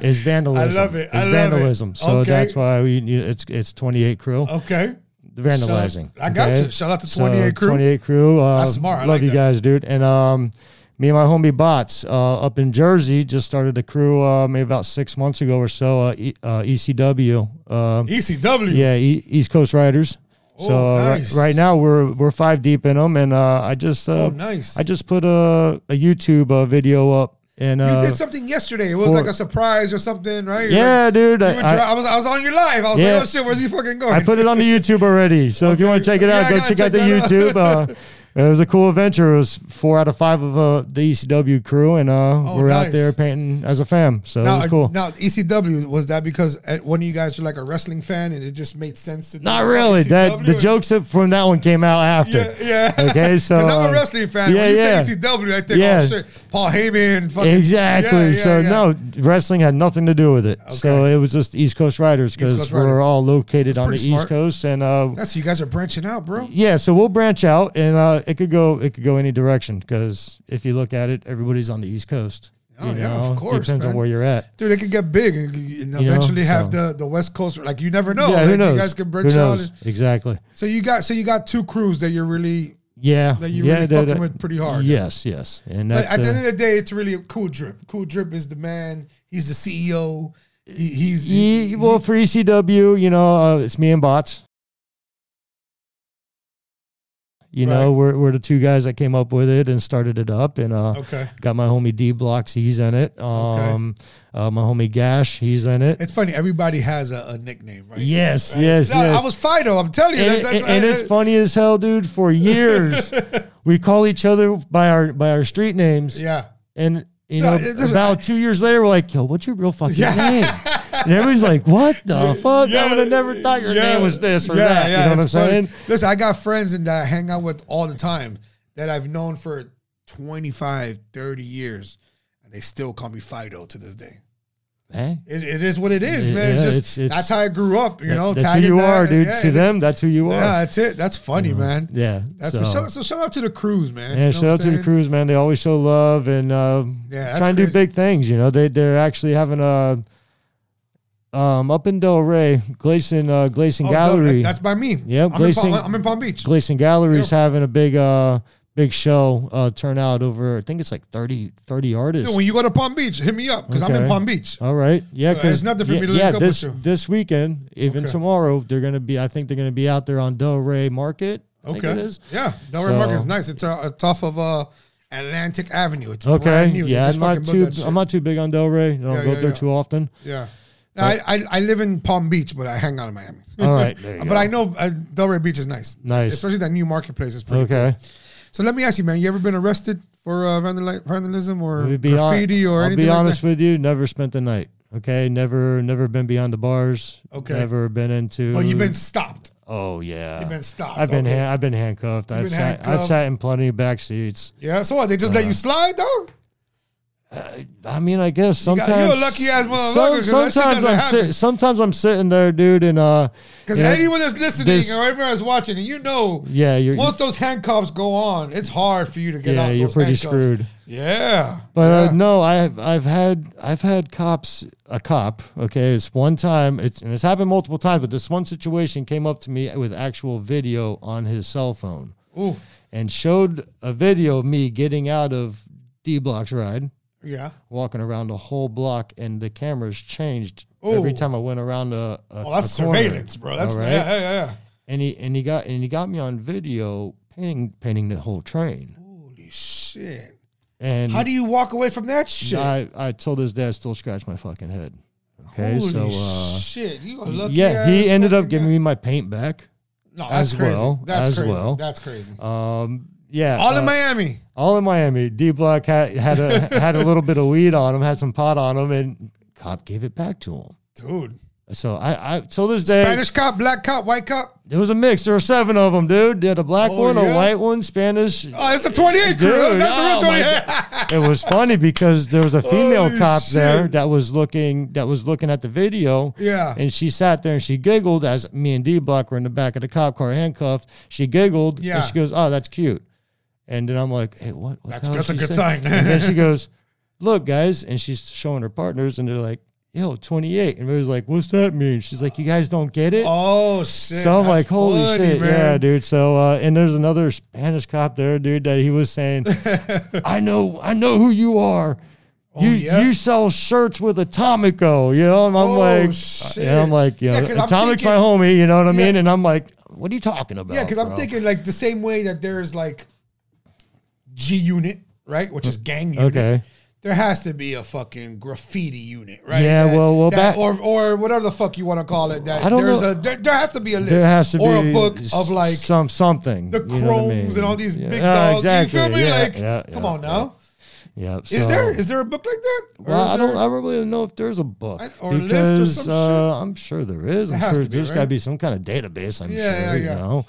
B: is vandalism.
A: love it.
B: Is
A: I love it.
B: vandalism. So
A: Okay.
B: that's why we you- it's it's 28 crew.
A: Okay. Okay.
B: The vandalizing.
A: I got you. Shout out to 28 crew.
B: 28 crew. Uh,
A: That's smart. I
B: love
A: like
B: you
A: that.
B: guys, dude. And um, me and my homie Bots uh, up in Jersey just started a crew uh, maybe about six months ago or so. Uh, e- uh, ECW. Um,
A: ECW.
B: yeah, e- East Coast Riders. so
A: Oh,
B: uh,
A: nice.
B: right, right now we're we're five deep in them, and uh, I just uh,
A: Oh, nice.
B: I just put a a YouTube uh, video up, and
A: you
B: uh,
A: did something yesterday. It was
B: for-
A: like a surprise or something, right? You're
B: yeah,
A: like-
B: dude,
A: you were dri-
B: I,
A: I, was, I was on your live. I was
B: Yeah.
A: like, oh shit, where's he fucking going?
B: I, I put it on the YouTube already. So if you want to check it
A: Yeah,
B: out,
A: I
B: go
A: gotta
B: check,
A: check
B: out the
A: that
B: YouTube. Uh, it was a cool adventure. It was four out of five of uh, the ECW crew, and uh,
A: Oh,
B: we're
A: nice.
B: out there painting as a fam. So it
A: Now,
B: was cool.
A: now ECW was that because uh, one of you guys were like a wrestling fan and it just made sense to do
B: Not really. That the
A: ECW?
B: jokes that- from that one came out after.
A: E Yeah, yeah.
B: Okay, so
A: Because I'm a
B: uh,
A: wrestling fan. when you say ECW, I think
B: Yeah.
A: oh shit, Paul Heyman. Fucking,
B: Exactly.
A: Yeah, yeah,
B: so
A: yeah.
B: no, wrestling had nothing to do with it. So
A: Okay.
B: it was just East Coast Riders
A: Coast
B: because
A: Rider.
B: we're all located on the
A: pretty smart.
B: East Coast, and uh,
A: that's you guys are branching out, bro.
B: yeah, so we'll branch out, and uh, it could go it could go any direction because if you look at it, everybody's on the East Coast.
A: Oh,
B: you
A: yeah, of course,
B: Depends
A: man.
B: on where you're at.
A: Dude, they could get big and, and
B: know,
A: eventually have
B: so.
A: the, the West Coast. Like you never know.
B: yeah,
A: like,
B: who knows?
A: Oh, You guys could branch
B: who
A: out.
B: knows?
A: and-
B: exactly.
A: so you got so you got two crews that you're really.
B: Yeah,
A: That you
B: yeah,
A: really
B: that-
A: fucking
B: that-
A: with pretty hard.
B: Yes, yes, and
A: But
B: that's,
A: at the
B: uh,
A: end of the day, it's really a cool drip. Cool drip is the man. He's the CEO. He, he's he-
B: Ye- well, for ECW, you know, uh, it's me and Bots. You know,
A: Right.
B: we're, we're the two guys that came up with it and started it up, and uh,
A: okay.
B: got my homie D Blocks, he's in it. Um, uh, my homie Gash, he's in it.
A: It's funny. Everybody has a, a nickname, right?
B: yes,
A: Right?
B: yes,
A: No,
B: yes.
A: I was Fido. I'm telling you.
B: and,
A: that's- that's- uh,
B: and- and it's
A: I-
B: funny as hell, dude. For years, we call each other by our by our street names,
A: Yeah.
B: and you
A: No,
B: know,
A: it doesn't-
B: about two years later, we're like, "Yo, what's your real fucking
A: Yeah.
B: name?" And everybody's like, "What the fuck? I would have never thought your
A: yeah,
B: name was this or
A: yeah, yeah,
B: that." you know what I'm
A: it's funny.
B: saying?
A: Listen, I got friends and that I hang out with all the time that I've known for 25, 30 years. and they still call me Fido to this day.
B: Hey,
A: It, it is what it is,
B: Yeah,
A: man. It's just
B: it's- it's-
A: that's how I grew up, you
B: that-
A: know.
B: that's
A: tag
B: who
A: it
B: you
A: back.
B: are, dude.
A: Yeah,
B: to
A: it-
B: them, that's who you are. Uh-huh.
A: yeah, that's it. That's funny, man.
B: Yeah.
A: That's
B: so-
A: what, shout, out- so shout out to the crews, man.
B: Yeah,
A: You know
B: shout
A: what
B: out
A: I'm
B: to the
A: saying?
B: crews, man. They always show love and uh,
A: Yeah, that's
B: trying to do
A: crazy.
B: big things. You know, they they're actually having a um up in Del Rey, Glacian uh, Glacian
A: Oh, no,
B: Gallery.
A: that- that's by me.
B: Yep,
A: I'm in,
B: Glazing-
A: Palm, I'm in Palm Beach.
B: Glacian Gallery is having a big uh big show uh turnout over. I think it's like 30, 30 artists.
A: Dude, when you go to Palm Beach, hit me up because I'm
B: Okay.
A: in Palm Beach.
B: All right, yeah,
A: So
B: because
A: it's nothing for
B: yeah,
A: me to
B: yeah,
A: link up with
B: this
A: you.
B: this weekend, even
A: Okay.
B: tomorrow, they're gonna be. I think they're gonna be out there on Del Rey Market. I think
A: Okay.
B: it is.
A: Yeah, Delaware
B: So-
A: Market is nice. It's, uh, it's off of uh, Atlantic Avenue. It's
B: Okay,
A: brand new. They
B: yeah,
A: just
B: I'm not
A: fucking built
B: too
A: that shit.
B: I'm not too big on Del Rey. I don't
A: Yeah,
B: go
A: yeah,
B: there
A: yeah.
B: too often.
A: Yeah. Now, I, I I live in Palm Beach, but I hang out in Miami.
B: All right, Oh, there you
A: but
B: go.
A: I know uh, Delray Beach is nice.
B: Nice.
A: especially that new marketplace is pretty.
B: Okay.
A: So let me ask you, man. You ever been arrested for uh, vandali- vandalism or
B: We'd be hon-
A: graffiti or
B: I'll
A: anything?
B: be
A: like
B: honest
A: that?
B: with you, never spent the night. Okay, never, never been beyond the bars.
A: Okay.
B: never been into.
A: Oh, you've been stopped.
B: Oh yeah,
A: you've been stopped,
B: I've been,
A: okay.
B: ha- I've been handcuffed. I've
A: been
B: sat, I've
A: handcuffed.
B: sat in plenty of back seats.
A: Yeah. So what? They
B: Uh,
A: just let you slide, though.
B: I mean, I guess
A: got-
B: sometimes
A: you a lucky-ass motherfucker, 'cause that shit
B: sometimes
A: doesn't
B: I'm
A: happen.
B: sometimes I'm sitting there, dude, and uh,
A: Because
B: and-
A: anyone that's listening
B: this-
A: or everyone that's watching, and you know,
B: Yeah, you're-
A: once those handcuffs go on, it's hard for you to get
B: Yeah,
A: out.
B: you're
A: those
B: pretty
A: handcuffs.
B: screwed.
A: Yeah.
B: But
A: yeah.
B: uh, no, I've I've had I've had cops a cop. Okay, it's one time. It's and it's happened multiple times. But this one situation came up to me with actual video on his cell phone,
A: Ooh.
B: and showed a video of me getting out of D Block's ride,
A: Yeah.
B: walking around the whole block, and the cameras changed every
A: Ooh.
B: time I went around a. a
A: Well, that's
B: a corner.
A: surveillance, bro. That's
B: All right?
A: yeah, yeah, yeah.
B: And he and he got and he got me on video painting painting the whole train.
A: Holy shit.
B: And
A: How do you walk away from that shit?
B: I, I till this day I still scratch my fucking head. Okay,
A: Holy
B: so uh,
A: shit, you a lucky.
B: yeah, he
A: ass
B: ended up
A: fucking
B: giving
A: guy.
B: me my paint back.
A: no, that's
B: as
A: crazy.
B: well,
A: That's
B: as
A: crazy.
B: well.
A: That's crazy.
B: Um, yeah,
A: All
B: uh,
A: in Miami.
B: all in Miami. D Block had had a had a little bit of weed on him, had some pot on him, and cop gave it back to him.
A: Dude.
B: So I, I till this day,
A: Spanish cop, black cop, white cop.
B: it was a mix. There were seven of them, dude. They had a black
A: Oh,
B: one, a
A: yeah?
B: white one, Spanish.
A: Oh, it's a 28 crew.
B: Dude,
A: that's
B: oh
A: a real
B: my
A: 28.
B: it was funny because there was a female
A: Holy
B: cop there
A: shit.
B: that was looking that was looking at the video.
A: Yeah.
B: And she sat there and she giggled as me and D Block were in the back of the cop car handcuffed. She giggled
A: Yeah.
B: and she goes, Oh, that's cute. And then I'm like, Hey, what? what the
A: That's-
B: hell is
A: that's a
B: she
A: good
B: saying?"
A: sign.
B: and then she goes, Look, guys, and she's showing her partners and they're like, Yo, 28. And everybody's like, What's that mean? She's like, You guys don't get it?
A: oh, shit.
B: So I'm
A: that's
B: like, holy
A: funny,
B: shit,
A: man.
B: yeah, dude. So uh, and there's another Spanish cop there, dude, that he was saying, I know, I know who you are. you
A: Oh, yeah?
B: you sell shirts with Atomico, you know, and I'm
A: Oh,
B: like,
A: shit.
B: and I'm like, you know,
A: Yeah, 'cause I'm
B: Atomic's my
A: thinking-
B: homie, you know what I
A: Yeah.
B: mean? And I'm like, what are you talking about?
A: Yeah, because I'm
B: bro?
A: thinking like the same way that there's like G Unit, right, which is gang unit.
B: Okay.
A: There has to be a fucking graffiti unit, right?
B: Yeah,
A: That-
B: well- well,
A: that,
B: back-
A: or or whatever the fuck you want to call it. That
B: I don't
A: there's
B: know.
A: a there, there has to be a list.
B: There has to
A: or
B: be
A: a book
B: s-
A: of like
B: some something.
A: the
B: you know what I
A: Chromes
B: mean?
A: and all these
B: Yeah,
A: big
B: yeah,
A: dogs.
B: Exactly.
A: You feel me?
B: Yeah,
A: like,
B: yeah,
A: come
B: yeah,
A: on now.
B: Yeah.
A: Is there
B: so-
A: is there a book like that? Or
B: Well,
A: is
B: I don't.
A: there-
B: I don't really know if there's a book
A: I- or a list or
B: because
A: some
B: uh, I'm sure there is. I'm
A: has
B: sure
A: to be,
B: there's got to
A: right?
B: be some kind of database. I'm
A: Yeah, yeah,
B: sure.
A: yeah.
B: You know,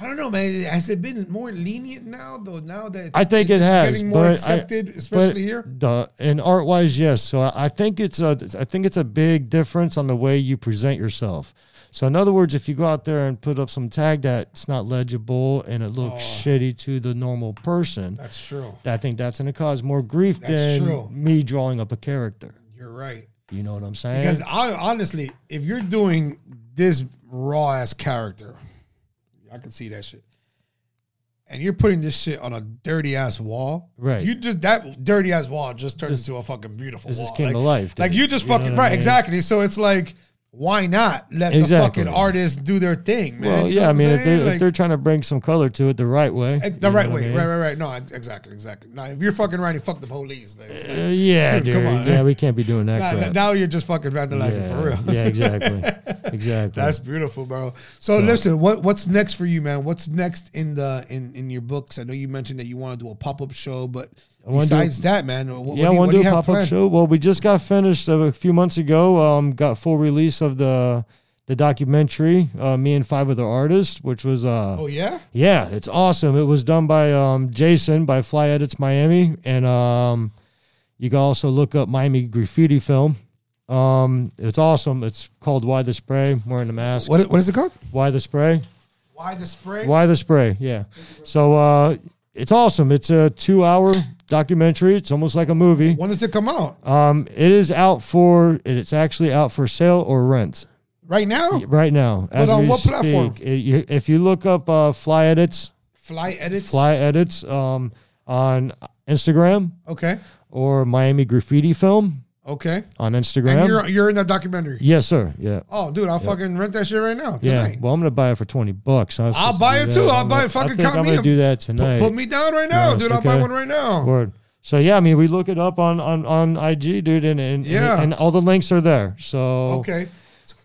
A: I don't know, man. Has it been more lenient now, though? Now that
B: I think it
A: it's
B: has.
A: getting more
B: but I-
A: accepted,
B: but
A: especially here.
B: The, and art wise, yes. So I, I think it's a. I think it's a big difference on the way you present yourself. So in other words, if you go out there and put up some tag that's not legible and it looks shitty to the normal person,
A: That's true.
B: I think that's going to cause more grief
A: That's
B: than
A: true.
B: me drawing up a character.
A: You're right.
B: You know what I'm saying?
A: Because I, honestly, if you're doing this raw ass character, I can see that shit. And you're putting this shit on a dirty ass wall,
B: Right.
A: You just that dirty ass wall just turns into a fucking beautiful
B: this
A: wall.
B: just came
A: like,
B: to life, dude.
A: Like you just
B: You know
A: fucking
B: what I
A: right,
B: mean?
A: exactly. So it's like, why not let
B: Exactly.
A: the fucking artists do their thing, man?
B: Well,
A: You know
B: yeah,
A: what
B: I
A: I'm
B: mean, if,
A: saying?
B: they, if
A: Like-
B: they're trying to bring some color to it the right way,
A: Ex-
B: you
A: The
B: know
A: right
B: what I
A: way,
B: mean?
A: right, right, right. No, ex- exactly, exactly. Now, if you're fucking writing, fuck the police. Like, it's like,
B: Uh, yeah,
A: Dude,
B: dude.
A: come on.
B: Yeah, we can't be doing that.
A: now,
B: crap.
A: now you're just fucking vandalizing
B: yeah,
A: for real.
B: yeah, exactly, exactly.
A: That's beautiful, bro. So listen, what what's next for you, man? What's next in the in in your books? I know you mentioned that you want to do a pop up show, but
B: wanna do-
A: besides that, man, what, what
B: yeah,
A: do you,
B: I
A: what
B: want
A: do
B: to
A: you
B: do a
A: have
B: pop up
A: planned?
B: show. Well, we just got finished uh, a few months ago. Um, got full release of the the documentary, uh, me and five other artists, which was uh,
A: Oh yeah,
B: yeah, it's awesome. It was done by um Jason by Fly Edits Miami, and um, You can also look up Miami graffiti film. Um, it's awesome. It's called Why the Spray. I'm wearing the mask.
A: What, what is it called?
B: Why the Spray?
A: Why the spray?
B: Why the spray? Yeah. So uh, it's awesome. It's a two-hour documentary. It's almost like a movie.
A: When does it come out?
B: Um, it is out for. It's actually out for sale or rent
A: right now?
B: right now.
A: But on what platform?
B: It- you- if you look up uh, Fly Edits,
A: Fly edits.
B: Fly Edits um, on Instagram
A: Okay.
B: or Miami Graffiti Film
A: Okay.
B: on Instagram.
A: And you're you're in that documentary.
B: yes, sir. Yeah.
A: Oh, dude, I'll fucking rent that shit right now
B: Yeah,
A: tonight.
B: well, I'm gonna buy it for twenty bucks. I was
A: I'll
B: supposed to
A: buy
B: do
A: it
B: that.
A: too. I'll
B: I'm
A: buy
B: gonna-
A: it. Fucking
B: I think
A: count
B: I'm
A: me
B: gonna
A: up.
B: do that tonight.
A: Put me down right now,
B: Yes,
A: dude. I'll buy
B: okay.
A: one right now.
B: Word. So yeah, I mean, we look it up on on on IG, dude, and and and-
A: Yeah.
B: and, all the links are there. So
A: Okay.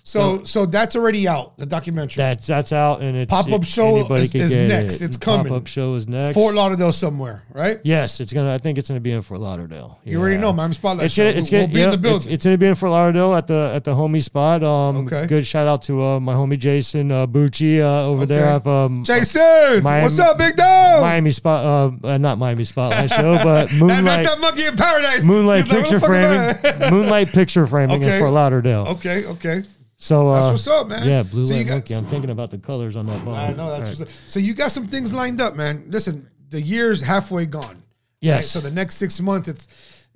A: So so that's already out. The documentary.
B: that's that's out, and it's
A: Pop-up
B: it-
A: show
B: anybody
A: is-
B: can
A: is
B: get
A: next.
B: it.
A: It's coming.
B: Pop up show is next.
A: Fort Lauderdale somewhere, right?
B: Yes, it's gonna. I think it's gonna be in Fort Lauderdale.
A: You already
B: Yeah.
A: know, man. I'm spotlight.
B: It's gonna,
A: show.
B: it's
A: we'll
B: gonna,
A: be
B: yeah,
A: in the
B: it's,
A: building.
B: it's gonna be in Fort Lauderdale at the at the homie spot. Um,
A: Okay.
B: Good shout out to uh, my homie Jason uh, Bucci uh, over there.
A: Okay.
B: I've, um,
A: Jason,
B: Miami-
A: what's up, big dog?
B: Miami spot, uh, uh, not Miami spotlight show, but
A: That-
B: Moonlight
A: that's that monkey in paradise.
B: Moonlight
A: He's like,
B: picture
A: "What the
B: framing,
A: fuck am I-"
B: Moonlight picture framing
A: Okay.
B: in Fort Lauderdale.
A: okay, okay.
B: So uh,
A: That's what's up, man.
B: Yeah, blue
A: So you
B: light
A: got-
B: monkey. I'm thinking about the colors on that ball.
A: I know that's
B: All
A: what's
B: right.
A: up. so. You got some things lined up, man. Listen, the year's halfway gone.
B: Yes.
A: So the next six months, it's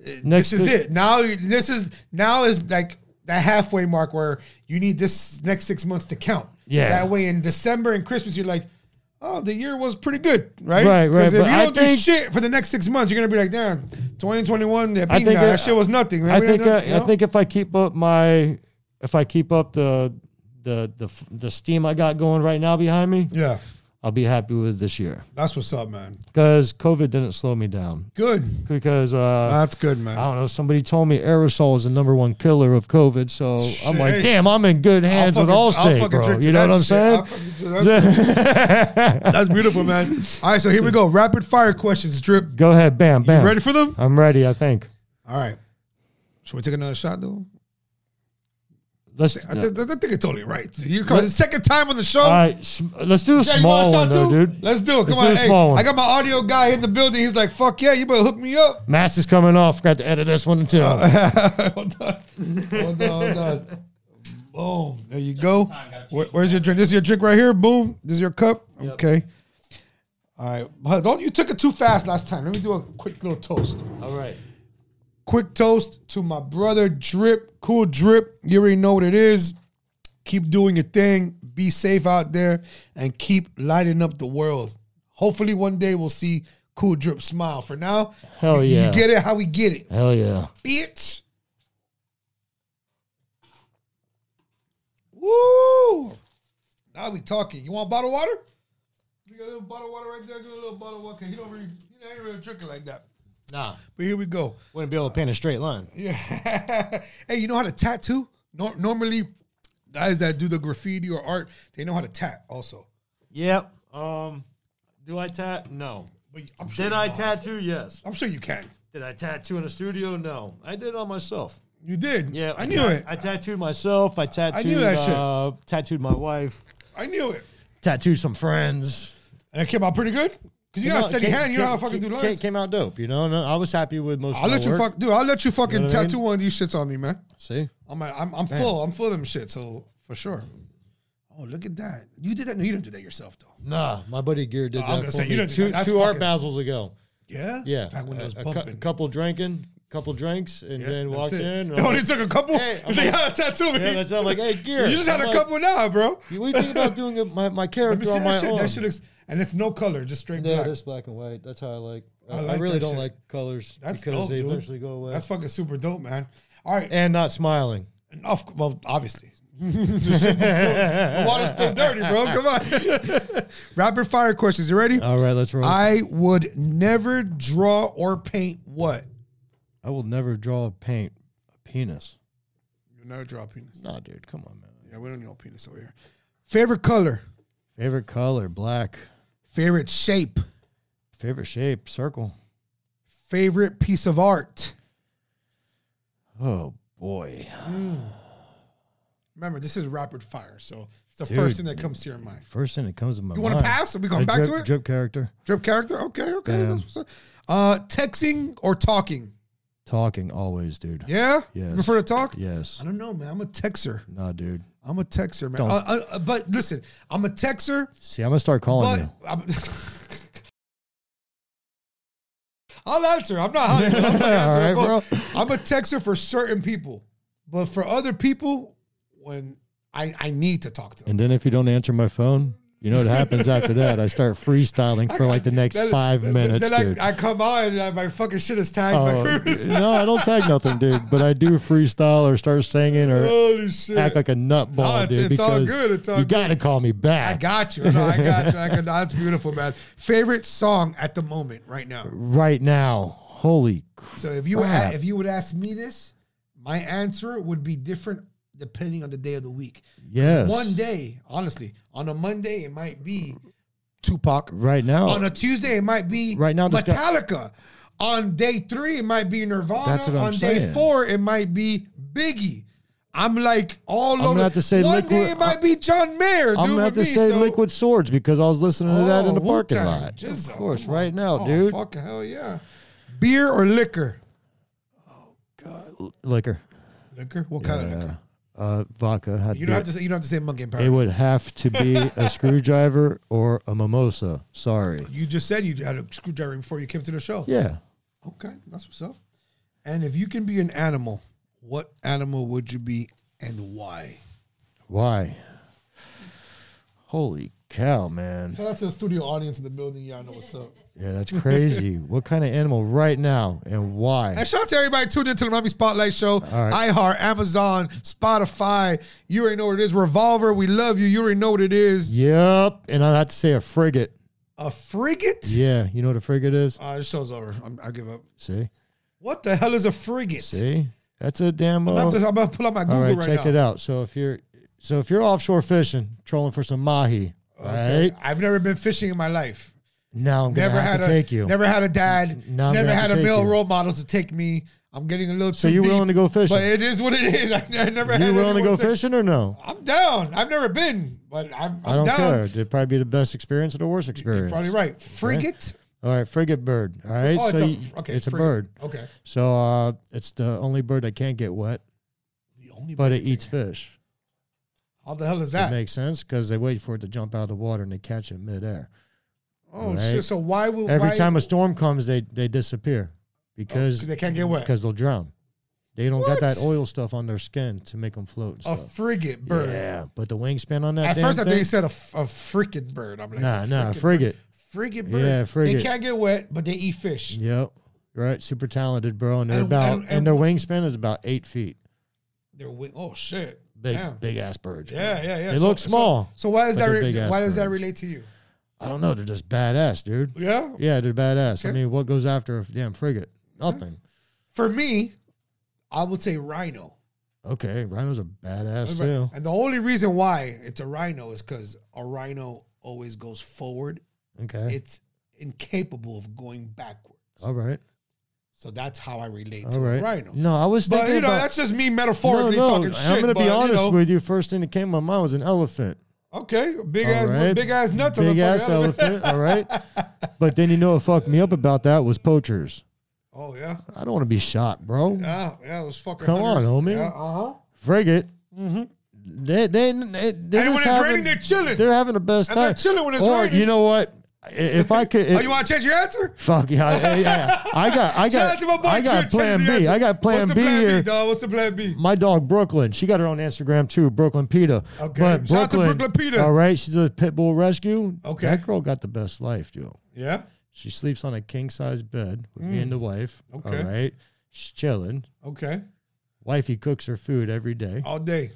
A: uh,
B: Next
A: this is
B: six-
A: it. Now, you- this is now is like that halfway mark where you need this next six months to count.
B: Yeah.
A: That way, in December and Christmas, you're like, oh, the year was pretty good, right?
B: Right, right,
A: 'Cause If
B: but
A: you
B: I
A: don't do
B: think-
A: shit for the next six months, you're gonna be like, damn, 2021, that,
B: I
A: bingo,
B: think, uh,
A: that shit was nothing. man.
B: I
A: We didn't
B: think
A: do-
B: uh,
A: you know?
B: I think if I keep up my if I keep up the the the f- the steam I got going right now behind me,
A: yeah,
B: I'll be happy with this year
A: that's what's up, man.
B: because COVID didn't slow me down.
A: Good.
B: Because uh,
A: That's good, man.
B: I don't know, somebody told me aerosol is the number one killer of COVID, so I'm like,
A: Shit.
B: damn, I'm in good hands
A: fucking- I'll
B: with Allstate,
A: fucking
B: bro.
A: drink to
B: You know
A: that
B: what I'm
A: shit.
B: saying?
A: I'll fucking do That's beautiful, man. All right, so here we go. Rapid fire questions, drip.
B: Go ahead, bam, bam.
A: You ready for them?
B: I'm ready. I think.
A: All right. Should we take another shot though?
B: Let's.
A: I, th- th- I think it's totally right. You come the second time on the show.
B: all right, sm- let's do a
A: Yeah, you
B: small one
A: want a shot
B: though,
A: too?
B: dude.
A: Let's do it. Come
B: Let's do
A: on.
B: a
A: Hey,
B: small one.
A: I got my audio guy in the building. He's like, "Fuck yeah, you better hook me up."
B: Mask is coming off. Got to edit this one too.
A: hold on. Hold on. Hold on. Boom. There you go. Where- where's your drink? This is your drink right here. Boom. This is your cup. Okay. All right. But Don't you took it too fast last time. Let me do a quick little toast.
B: All right.
A: quick toast to my brother drip cool drip you already know what it is keep doing your thing be safe out there and keep lighting up the world hopefully one day we'll see cool drip smile for now
B: Hell
A: you-
B: yeah.
A: you get it how we get it
B: Hell yeah.
A: bitch Woo! Now we talking. You want a bottle of water? You got a little bottle of water right there. Get a little bottle of water. 'cause He don't really, he ain't really drinking like that.
C: Nah,
A: But here we go.
C: wouldn't be able to paint a straight line.
A: Yeah. hey, you know how to tattoo? Nor- normally, guys that do the graffiti or art, they know how to tat also.
C: Yep. Um, do I tat? No.
A: But I'm sure
C: Did
A: you
C: I
A: know.
C: tattoo? Yes.
A: I'm sure you can.
C: Did I tattoo in a studio? No. I did it on myself.
A: You did.
C: Yeah,
A: I knew
C: ta-
A: it.
C: I tattooed myself. I tattooed.
A: knew that shit.
C: uh, Tattooed my wife.
A: I knew it.
C: Tattooed some friends.
A: And it came out pretty good. Cause you
C: No,
A: got a steady
C: came-
A: hand. You know how to
C: came-
A: fucking do
C: came-
A: lines.
C: Came out dope. You know, no, I was happy with most.
A: I'll
C: of my
A: let you
C: work.
A: fuck, dude. I'll let you fucking
C: what I mean?
A: tattoo one of these shits on me, man.
C: See,
A: I'm I'm, I'm full. I'm full of them shit. So for sure. Oh, look at that. You did that. No, you didn't do that yourself though.
C: nah, my buddy Gear did
A: I was
C: that
A: gonna
C: for
A: say,
C: me
A: you didn't do
C: two,
A: that. That's
C: two art
A: fucking-
C: battles ago.
A: Yeah.
C: Yeah,
A: Back when I was
C: a, a cou-
A: pumping.
C: couple drinking, couple drinks, and
A: Yeah,
C: then
A: that's
C: walked
A: it.
C: in. and
A: It
C: I'm
A: only
C: like,
A: took a couple.
C: Hey, I'm
A: It's like,
C: like-
A: "Ah, tattoo me.
C: Yeah, that's it. I'm like, hey, Gear.
A: You just had
C: I'm
A: a
C: like,
A: couple now, bro.
C: You- What do you think about doing it- my, my
A: Let me
C: character
A: see
C: on my
A: that shit.
C: own?
A: That shit looks, and it's no color, just straight
C: yeah,
A: black.
C: just black and white. That's how I like.
A: I
C: I,
A: like
C: I really
A: that
C: don't
A: shit.
C: like colors
A: That's
C: because
A: dope,
C: they
A: dude.
C: eventually go away.
A: That's fucking super dope, man. All right,
C: and not smiling.
A: and off. Well, obviously, The shit's dope. the water's still dirty, bro. Come on. Rapid fire questions. You ready?
B: All right, let's roll. I,
A: I would never draw or paint what.
B: will never draw a paint a penis.
A: You never draw a penis.
B: Nah, dude, come on, man.
A: Yeah, we don't need no penis over here. Favorite color.
B: Favorite color, black.
A: Favorite shape.
B: Favorite shape, circle.
A: Favorite piece of art.
B: Oh boy.
A: Remember, this is rapid fire, so it's the
B: Dude.
A: first thing that comes to your mind.
B: First thing that comes to my
A: You
B: mind.
A: wanna pass? Are we going
B: A
A: back to
B: drip-
A: it?
B: Drip character.
A: Drip character. Okay, okay.
B: Damn.
A: That's what's up. Uh, texting or talking?
B: Talking always, dude.
A: Yeah?
B: Yes.
A: You prefer to talk?
B: Yes.
A: I don't know, man. I'm a texter.
B: Nah, dude.
A: I'm a texter, man.
B: Don't.
A: Uh, uh, uh, but listen, I'm a texter,
B: See, I'm gonna start calling
A: but
B: you.
A: I'm, I'll answer. I'm not hiding. I'm, not
B: All right,
A: answering,
B: bro.
A: but I'm a texter for certain people, but for other people, when I, I need to talk to them.
B: And then if you don't answer my phone, you know what happens after that? I start freestyling for like the next
A: Then-
B: five
A: then-
B: minutes,
A: Then
B: dude.
A: I, I come out and I, my fucking shit is tagged.
B: Oh,
A: by
B: no, I don't tag nothing, dude. But I do freestyle or start singing or
A: Holy Oh, shit!
B: act like a nutball,
A: No, it's-
B: dude.
A: it's all
B: because
A: good, it's all
B: you
A: good.
B: gotta call me back.
A: I got you. No, I got you. I can, that's beautiful, man. Favorite song at the moment, right now.
B: right now. Holy crap.
A: So if you
B: Crap.
A: if you would ask me this, my answer would be different depending on the day of the week.
B: Yes.
A: One day, honestly, on a Monday it might be Tupac.
B: Right now.
A: On a Tuesday it might be
B: Oh. Right now, this guy-
A: Metallica. on day three it might be Nirvana.
B: That's what I'm
A: on day
B: saying.
A: four it might be Biggie. I'm like all
B: I'm
A: over.
B: gonna have to say
A: One
B: Liquid-
A: day it might be John Mayer. dude,
B: I'm gonna have
A: with
B: to
A: me,
B: say
A: so-
B: liquid swords because I was listening to that in the
A: Oh,
B: parking
A: Wu-Tang,
B: lot.
A: Jizzo,
B: of course,
A: come on.
B: right now,
A: Oh,
B: dude.
A: Fuck hell yeah. Beer or liquor?
B: Liquor.
A: Liquor? What kind of liquor?
B: Uh, vodka. Had
A: You don't
B: to be-
A: have to say. You don't have to say monkey and
B: It
A: power.
B: would have to be a screwdriver or a mimosa. Sorry.
A: You just said you had a screwdriver before you came to the show.
B: Yeah.
A: Okay, that's what's up. And if you can be an animal, what animal would you be and why?
B: Why? Holy cow, man.
A: Shout out to the studio audience in the building. Y'all know what's up.
B: Yeah, that's crazy. what kind of animal right now and why?
A: And shout out to everybody tuned into the Miami Spotlight Show,
B: right.
A: iHeart, Amazon, Spotify. You already know what it is. Revolver, we love you. You already know what it is.
B: Yep. And I'd have to say a frigate.
A: A frigate?
B: Yeah. You know what a frigate is?
A: Uh, the show's over. I'm, I give up.
B: See?
A: What the hell is a frigate?
B: See? That's a damn.
A: I'm,
B: uh,
A: about to, I'm about to pull out my Google
B: All
A: right,
B: right, check
A: now.
B: it out. So if you're so if you're offshore fishing, trolling for some mahi, right?
A: I've never been fishing in my life.
B: Now I'm gonna
A: Never
B: have
A: had
B: to
A: a
B: take you.
A: never had a dad.
B: Now I'm
A: never
B: gonna have
A: had
B: to
A: a
B: take
A: male
B: you.
A: role model to take me. I'm getting a little.
B: So
A: too
B: you're
A: deep,
B: willing to go fishing?
A: But it is what it is. I, I never had.
B: you willing to
A: anyone
B: go fishing or no?
A: I'm down. I've never been, but I'm, I'm
B: I don't
A: down.
B: care. It'd probably be the best experience or the worst experience.
A: You're probably right. Frigate.
B: All right, frigate bird. All right,
A: Oh,
B: so
A: it's a-
B: you-
A: okay,
B: it's a
A: frigate.
B: bird.
A: Okay.
B: So uh, it's the only bird that can't get wet,
A: The only.
B: but it eats fish.
A: How the hell is
B: That
A: that?
B: makes sense because they wait for it to jump out of the water and they catch it midair.
A: oh
B: right?
A: shit! So why will
B: Every
A: why,
B: time a storm comes, they they disappear because
A: 'cause they can't get wet.
B: because they'll drown. They don't got that
A: What?
B: oil stuff on their skin to make them float. And
A: a
B: stuff.
A: frigate bird?
B: Yeah, but the wingspan on that.
A: At
B: damn
A: first, I
B: thing,
A: thought you said a, f- a freaking bird. I'm like,
B: Nah,
A: a
B: nah,
A: frickin' bird.
B: frigate.
A: Frigate bird.
B: Yeah, frigate.
A: They can't get wet, but they eat fish.
B: Yep. Right, super talented, bro, and they're
A: And-
B: about
A: and-
B: and,
A: and-
B: their wingspan is about eight feet.
A: They're wi- oh shit.
B: Big,
A: Damn.
B: big ass birds. man.
A: Yeah, yeah, yeah.
B: They look small,
A: So, why does
B: but
A: that
B: they're
A: re-
B: big-ass
A: why does that
B: birds.
A: relate to you?
B: I don't know. They're just badass, dude.
A: Yeah.
B: Yeah, they're badass. I
A: Okay.
B: mean, what goes after a damn frigate? Nothing.
A: For me, I would say rhino.
B: Okay, Rhino's a badass too.
A: And the only reason why it's a rhino is because a rhino always goes forward.
B: Okay,
A: It's incapable of going backwards.
B: all right,
A: So that's how I relate to
B: all
A: a
B: right.
A: rhino.
B: No, I was
A: but
B: thinking
A: you know,
B: about.
A: that's just me
B: no,
A: metaphorically
B: no.
A: talking
B: I'm
A: shit.
B: gonna
A: but,
B: be
A: you
B: honest
A: know,
B: with you. First thing that came to my mind was an elephant.
A: Okay, big
B: All
A: ass,
B: right?
A: big ass nuts. on the
B: Big ass
A: fucking elephant.
B: elephant. All right, but then you know what fucked me up about that was poachers.
A: Oh yeah,
B: I don't want to be shot, bro.
A: yeah, yeah. Those fucking.
B: Come on,
A: hunters.
B: homie.
A: Yeah, uh huh.
B: Frigate. They, they, they, they're
A: Mm-hmm. And when
B: just
A: it's
B: having,
A: raining, they're chilling.
B: They're having the best
A: And
B: time.
A: they're chilling when it's
B: or,
A: raining.
B: You know what? I- If I could,
A: oh, you want to change your answer?
B: Fuck yeah! I, I- I got, I
A: Shout out
B: got,
A: to my boy
B: I got
A: Tripp.
B: Plan
A: Check the
B: B.
A: answer.
B: I got Plan
A: What's the
B: B
A: plan B,
B: here.
A: dog? What's the plan B?
B: My dog Brooklyn, she got her own Instagram too, Brooklyn PETA.
A: Okay.
B: but
A: Shout out to
B: Brooklyn,
A: Brooklyn PETA.
B: All right, she's a pit bull rescue.
A: Okay.
B: that girl got the best life, dude.
A: Yeah.
B: She sleeps on a king size bed with me and the wife.
A: Mm. Okay.
B: all right, she's chilling.
A: Okay.
B: Wifey cooks her food every day.
A: All day.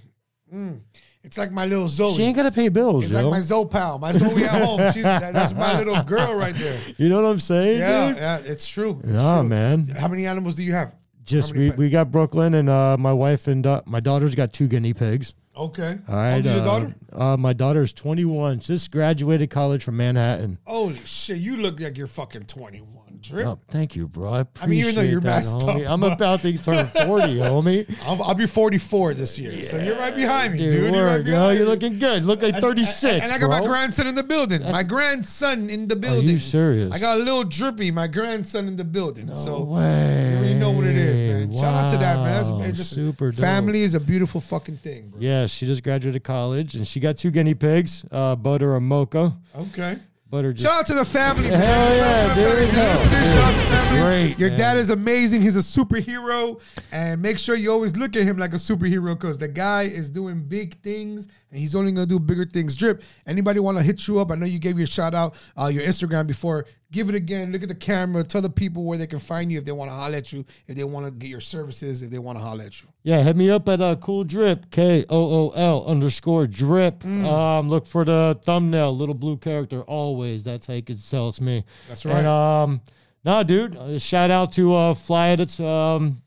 A: Mm. It's like my little Zoe.
B: She ain't gotta pay bills,
A: it's
B: yo.
A: like my Zoe pal, my Zoe at home. She's, that, that's my little girl right there.
B: You know what I'm saying?
A: Yeah,
B: dude?
A: yeah, it's true. It's
B: Nah,
A: true.
B: man.
A: How many animals do you have?
B: Just
A: How many
B: we,
A: pet-
B: we got Brooklyn and uh, my wife and da- my daughter's got two guinea pigs.
A: Okay.
B: All right.
A: How's your
B: uh,
A: daughter?
B: Uh, my daughter's 21. She Just graduated college from Manhattan.
A: Holy shit, you look like you're fucking 21. Drip.
B: Oh, thank you, bro. I appreciate
A: I mean, even though you're
B: that,
A: messed up,
B: homie. I'm
A: but-
B: about to turn 40, homie.
A: I'll, I'll be 44 this year, so you're right behind me, dude. you're right
B: word, yo,
A: behind
B: you're
A: me.
B: looking good. Oh, Look like
A: And-
B: 36,
A: and, and I got
B: bro.
A: my grandson in the building. my grandson in the building.
B: serious?
A: I got a little drippy. My grandson in the building. so
B: way.
A: you already know what it is, man. Shout out to that, man. That's
B: Wow,
A: it's just-
B: super dope.
A: Family is a beautiful fucking thing, bro.
B: Yeah, she just graduated college and she got two guinea pigs, uh, butter and mocha.
A: Okay.
B: Butter just
A: Shout out to the family.
B: Hell
A: man.
B: yeah,
A: shout out to the
B: there
A: family. If
B: we
A: you're
B: go.
A: listening,
B: Dude,
A: shout out to the family.
B: great,
A: Your
B: man.
A: dad is amazing. He's a superhero. And make sure you always look at him like a superhero because the guy is doing big things and he's only going to do bigger things. Drip, anybody want to hit you up? I know you gave your shout out, uh, your Instagram before. Give it again. Look at the camera. Tell the people where they can find you if they want to holler at you, if they want to get your services, if they want to holler at you.
B: Yeah, hit me up at uh, Cool Drip, K O O L underscore drip.
A: Mm.
B: Um, look for the thumbnail, little blue character, always. That's how you can tell it's me.
A: That's right.
B: And um, nah, dude, uh, shout out to uh, Fly Edits, um,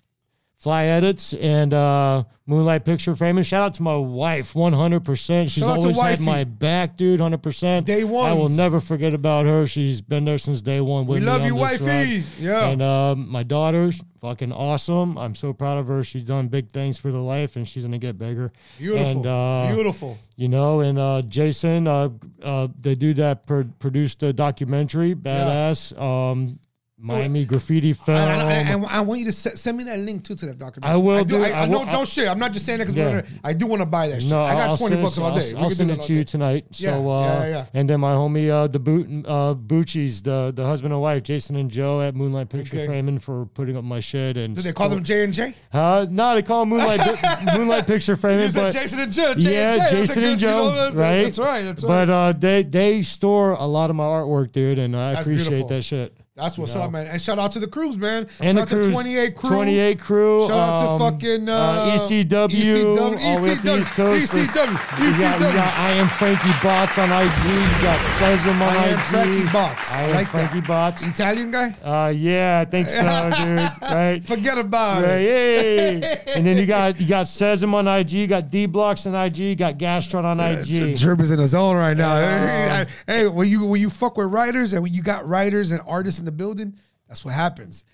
B: Fly Edits, and uh, Moonlight Picture Framing. Shout out to my wife, one hundred percent. She's
A: Shout out to
B: always had
A: wifey.
B: my back, dude, hundred percent.
A: Day
B: I will
A: ones.
B: never forget about her. She's been there since day one. With
A: We
B: me
A: love
B: on
A: you,
B: this
A: wifey.
B: ride.
A: Yeah.
B: And um, my daughter's fucking awesome. I'm so proud of her. She's done big things for the life, and she's gonna get bigger.
A: Beautiful.
B: And, uh,
A: Beautiful.
B: You know, and uh, Jason, uh, uh, they do that pro- produced a documentary, badass. Um, Miami graffiti film.
A: And, and- and- and I want you to se- send me that link too to that documentary.
B: Um, I will do-
A: I,
B: I
A: I,
B: will-
A: no, no shit. I'm not just saying that because
B: Yeah.
A: we're. Gonna, I do want to buy that. shit. I got
B: I'll
A: twenty
B: send it
A: bucks
B: to-
A: all
B: I'll-
A: day. We
B: I'll,
A: can do
B: send
A: that
B: it
A: all
B: to you
A: day.
B: tonight. So,
A: Yeah,
B: uh,
A: yeah, yeah.
B: And then my homie, uh, the boot uh, Bucci's, the the husband and wife, Jason and Joe at Moonlight Picture
A: Okay.
B: Framing for putting up my shit. And
A: Do they call them J and J?
B: Uh, no, they call them Moonlight Moonlight Picture Framing.
A: You said
B: but
A: Jason and Joe. J
B: yeah,
A: and J. That's a
B: Jason
A: good-
B: and
A: you
B: Joe,
A: know, that's-
B: right?
A: That's right. That's right.
B: But uh, they they store a lot of my artwork, dude, and I
A: That's
B: appreciate
A: beautiful.
B: that shit.
A: That's what's up, man. And shout out to the crews, man. shout
B: And the
A: out to
B: crews.
A: 28 crew.
B: 28 crew.
A: Shout out
B: um,
A: to fucking uh,
B: ECW,
A: ECW,
B: all the way up the
A: ECW,
B: East Coast. There's-
A: ECW,
B: You got, you
A: ECW.
B: got I am Frankie Bots on IG. You got Sezum on
A: I
B: IG.
A: am Frankie Box.
B: I
A: I,
B: am
A: like
B: Frankie
A: that.
B: Bots.
A: Italian guy.
B: Uh, yeah, I think so, dude. Right.
A: Forget about
B: Yeah,
A: it.
B: yeah, yeah. and then you got you got Sezum on IG, you got D Blocks on IG, you got Gastron on IG.
A: Drip is in his zone right now. hey, hey, when you when you fuck with writers and when you got writers and artists in the building, that's what happens.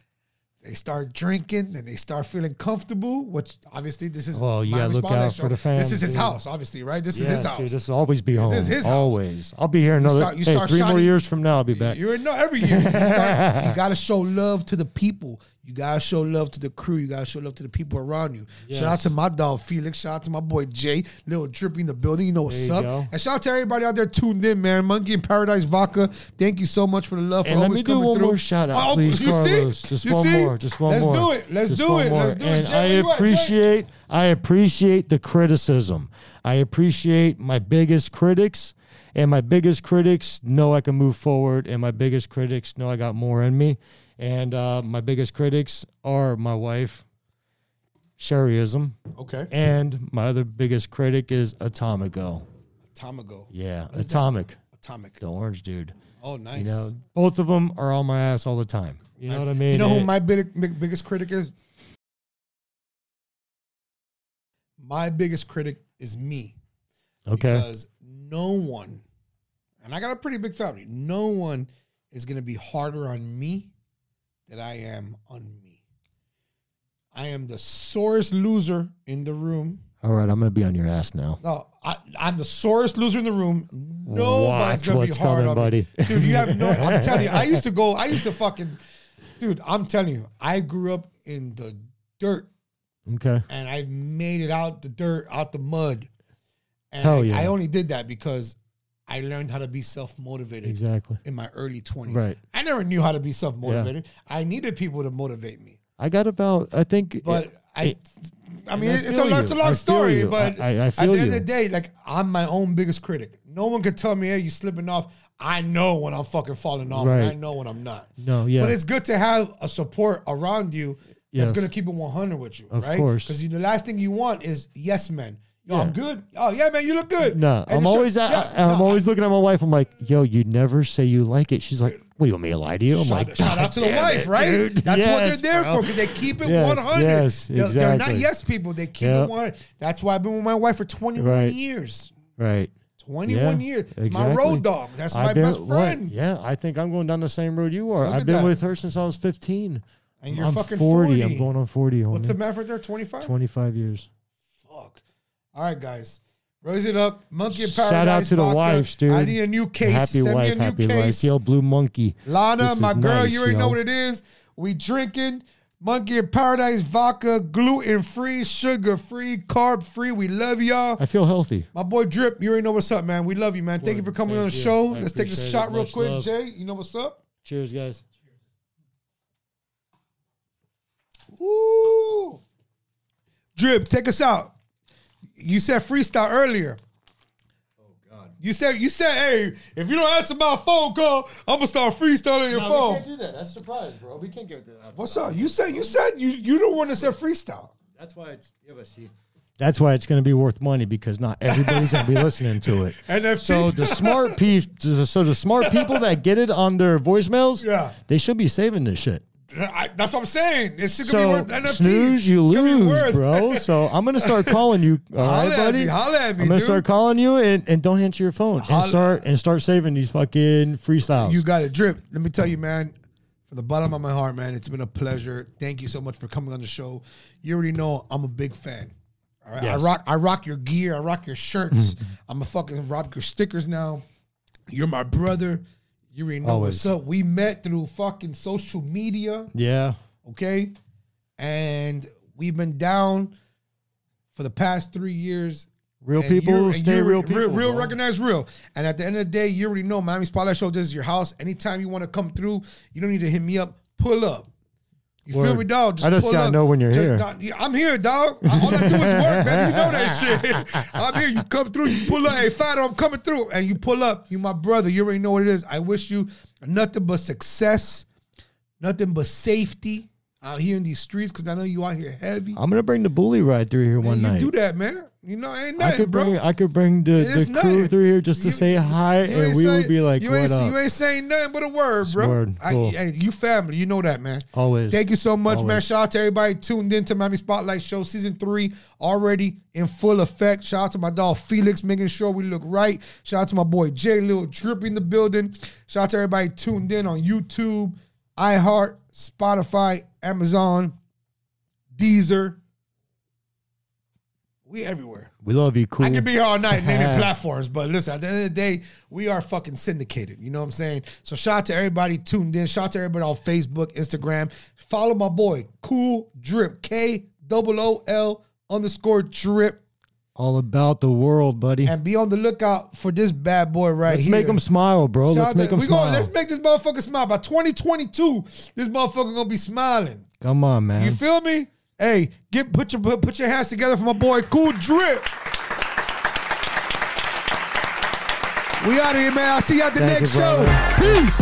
A: They start drinking and they start feeling comfortable. Which obviously this is
B: Well, you
A: my
B: gotta look
A: response,
B: out for the
A: right? This is his
B: fans, yeah.
A: house, obviously, right? This is
B: Yes,
A: his house.
B: dude, this will always be home.
A: is his house.
B: always. I'll be here another
A: start- you
B: hey,
A: start
B: three more
A: shining-
B: years from now. I'll be back.
A: You're in no every year. You, start- you gotta show love to the people. You gotta show love to the crew. You gotta show love to the people around you. Shout out to my dog Felix. Shout out to my boy Jay. Little drippy in the building. You know what's
B: There you
A: up.
B: go.
A: And shout out to everybody out there tuned in, man. Monkey in Paradise Vodka. Thank you so much for the love. for
B: And let
A: always
B: me do
A: coming
B: one
A: through.
B: more shout out,
A: Oh,
B: please,
A: you see?
B: Carlos. Just
A: You
B: one
A: see?
B: more. Just one
A: Let's
B: more.
A: do it. Let's
B: Just
A: do
B: one
A: it.
B: more.
A: Let's do it.
B: And
A: Jay,
B: I
A: what you want? Jay?
B: appreciate. I appreciate the criticism. I appreciate my biggest critics, and my biggest critics know I can move forward, and my biggest critics know I got more in me, and uh, my biggest critics are my wife, Sherryism,
A: Okay.
B: and my other biggest critic is Atomico.
A: Time ago.
B: Yeah, Atomic,
A: Atomic.
B: the orange dude.
A: Oh, nice.
B: You know, both of them are on my ass all the time. You know what I mean?
A: You know who
B: And-
A: my big, big, biggest critic is? My biggest critic is me.
B: Okay.
A: Because no one, and I got a pretty big family, no one is going to be harder on me than I am on me. I am the sorest loser in the room.
B: all right, I'm gonna be on your ass now.
A: No, I, I'm the sorest loser in the room. Nobody's
B: Watch
A: gonna
B: what's
A: be hard
B: coming,
A: on
B: buddy.
A: me, dude. You have no. I'm telling you, I used to go. I used to fucking, dude. I'm telling you, I grew up in the dirt,
B: Okay.
A: and I made it out the dirt, out the mud. And
B: Hell
A: I-
B: yeah.
A: I only did that because I learned how to be self motivated
B: Exactly.
A: in my early 20s.
B: Right.
A: I never knew how to be self motivated. I needed people to motivate me,
B: I got about. I think.
A: but. I,
B: it-
A: I mean,
B: I
A: it's a,
B: feel
A: long- it's a
B: you. I
A: long
B: feel
A: story,
B: you.
A: but
B: I- I- I
A: at the
B: feel
A: end of
B: you.
A: the day, like I'm my own biggest critic. No one could tell me, "Hey, you slipping off." I know when I'm fucking falling off, and I
B: Right.
A: know when I'm not.
B: No, yeah.
A: But it's good to have a support around you that's
B: Yes.
A: gonna keep it 100 with you,
B: Of
A: right?
B: course.
A: because the last thing you want is yes men. Yo, I'm
B: Yeah.
A: good. Oh yeah, man, you look good.
B: no,
A: And
B: I'm
A: it's-
B: always. at,
A: yeah,
B: I'm
A: no,
B: always looking at my wife. I'm like, yo, you never say you like it. She's like, what do you want me to lie to you? I'm
A: Shout,
B: like,
A: shout out to the
B: "God damn
A: wife,
B: it,
A: right?
B: dude."
A: That's
B: Yes,
A: what they're there
B: bro.
A: for because they keep it
B: Yes,
A: 100.
B: yes,
A: they're, they're not
B: exactly.
A: yes people. They keep
B: Yep.
A: it 100. That's why I've been with my wife for 21
B: Right.
A: years.
B: Right.
A: 21
B: Yeah,
A: years. It's my
B: exactly.
A: road dog. That's my
B: I've been-
A: best
B: what?
A: friend.
B: Yeah, I think I'm going down the same road you are.
A: Look at
B: I've been
A: that.
B: with her since I was 15.
A: And you're
B: I'm
A: fucking 40.
B: I'm going on 40. Homie.
A: What's the matter there? 25?
B: 25 years.
A: Fuck. All right, guys. Raise it up. Monkey in Paradise.
B: Shout out to the
A: vodka.
B: wives, dude.
A: I need a new case.
B: Happy
A: Send
B: wife,
A: me a new
B: happy
A: case.
B: life. Yo, Blue Monkey.
A: Lana,
B: This is
A: my girl,
B: nice,
A: you already
B: yo.
A: know what it is. We drinking Monkey in Paradise vodka, gluten free, sugar free, carb free. We love y'all.
B: I feel healthy.
A: My boy Drip, you already know what's up, man. We love you, man. Thank you for coming
B: Thank
A: on the
B: you.
A: show.
B: I
A: Let's take this
B: appreciate it.
A: shot real
B: Much
A: quick,
B: love.
A: Jay. You know what's up?
B: Cheers, guys.
A: Ooh. Drip, take us out. You said freestyle earlier. Oh God. You said you said, hey, if you don't answer my phone call, I'm gonna start freestyling your phone.
C: do that. That's surprise, bro. We can't give that.
A: What's up? You said you said you you don't want to say freestyle.
C: That's why it's yeah, but see.
B: That's why it's going to be worth money because not everybody's going to be listening to it.
A: NFT.
B: So the smart pe- so the smart people that get it on their voicemails,
A: Yeah.
B: they should be saving this shit.
A: I, that's what I'm saying. It's gonna be
B: So
A: worth NFT.
B: snooze, you
A: It's gonna be
B: lose,
A: worth-
B: bro. So I'm gonna start calling you. All
A: Holla
B: right,
A: at
B: buddy.
A: me, holla at me,
B: I'm gonna
A: dude.
B: start calling you, and, and don't answer your phone.
A: Holla-
B: And start and start saving these fucking freestyles.
A: You got it, drip. Let me tell you, man. From the bottom of my heart, man, it's been a pleasure. Thank you so much for coming on the show. You already know I'm a big fan. All right,
B: Yes. Mm-hmm.
A: I rock. I rock your gear. I rock your shirts. I'm a fucking rock your stickers now. You're my brother. You already know
B: Always.
A: what's up. We met through fucking social media.
B: yeah,
A: okay? And we've been down for the past three years.
B: real
A: And you're-
B: people
A: and
B: stay
A: you're-
B: real people.
A: Real,
B: bro.
A: recognize real. And at the end of the day, you already know Miami Spotlight Show, this is your house. Anytime you want to come through, you don't need to hit me up. Pull up. You feel
B: Word.
A: me, dog?
B: I just
A: pull
B: gotta
A: up.
B: know when you're
A: Just
B: here.
A: not- yeah, I'm here, dog. I- All I do is work, man. You know that shit. I'm here. You come through. You pull up. Hey, Fido, I'm coming through. And you pull up. You my brother. You already know what it is. I wish you nothing but success, nothing but safety out here in these streets because I know you out here heavy.
B: I'm gonna bring the bully ride through here one
A: you
B: night.
A: do that, man. You know, ain't
B: I
A: nothing,
B: could
A: bro.
B: bring I could bring the,
A: It's
B: the crew
A: nothing.
B: through here just to
A: You-
B: say
A: You
B: hi, and
A: ain't
B: we
A: say-
B: would be like,
A: you
B: "What
A: ain't,
B: up?"
A: You ain't saying nothing but a word, bro.
B: word,
A: I-
B: cool.
A: hey, you family. You know that, man.
B: Always.
A: Thank you so much, man.
B: Always.
A: Shout out to everybody tuned in to Miami Spotlight Show Season 3 already in full effect. Shout out to my dog Felix making sure we look right. Shout out to my boy Jay Lil Drippy in the building. Shout out to everybody tuned in on YouTube, iHeart, Spotify, Amazon, Deezer. We everywhere.
B: We love you, cool.
A: I could be here all night naming platforms, but listen, at the end of the day, we are fucking syndicated. You know what I'm saying? So shout out to everybody tuned in. Shout out to everybody on Facebook, Instagram. Follow my boy, Cool Drip, K double O L underscore drip.
B: all about the world, buddy.
A: And be on the lookout for this bad boy right
B: let's
A: here.
B: make them smile, bro.
A: Shout out
B: let's
A: to-
B: make them
A: we gonna-
B: smile.
A: let's make this motherfucker smile. By 2022, this motherfucker gonna be smiling.
B: Come on, man.
A: You feel me? Hey, get put your put your hands together for my boy Cool Drip. We out of here, man. I'll see you at the
B: Thank
A: next
B: you,
A: show.
B: brother.
A: Peace.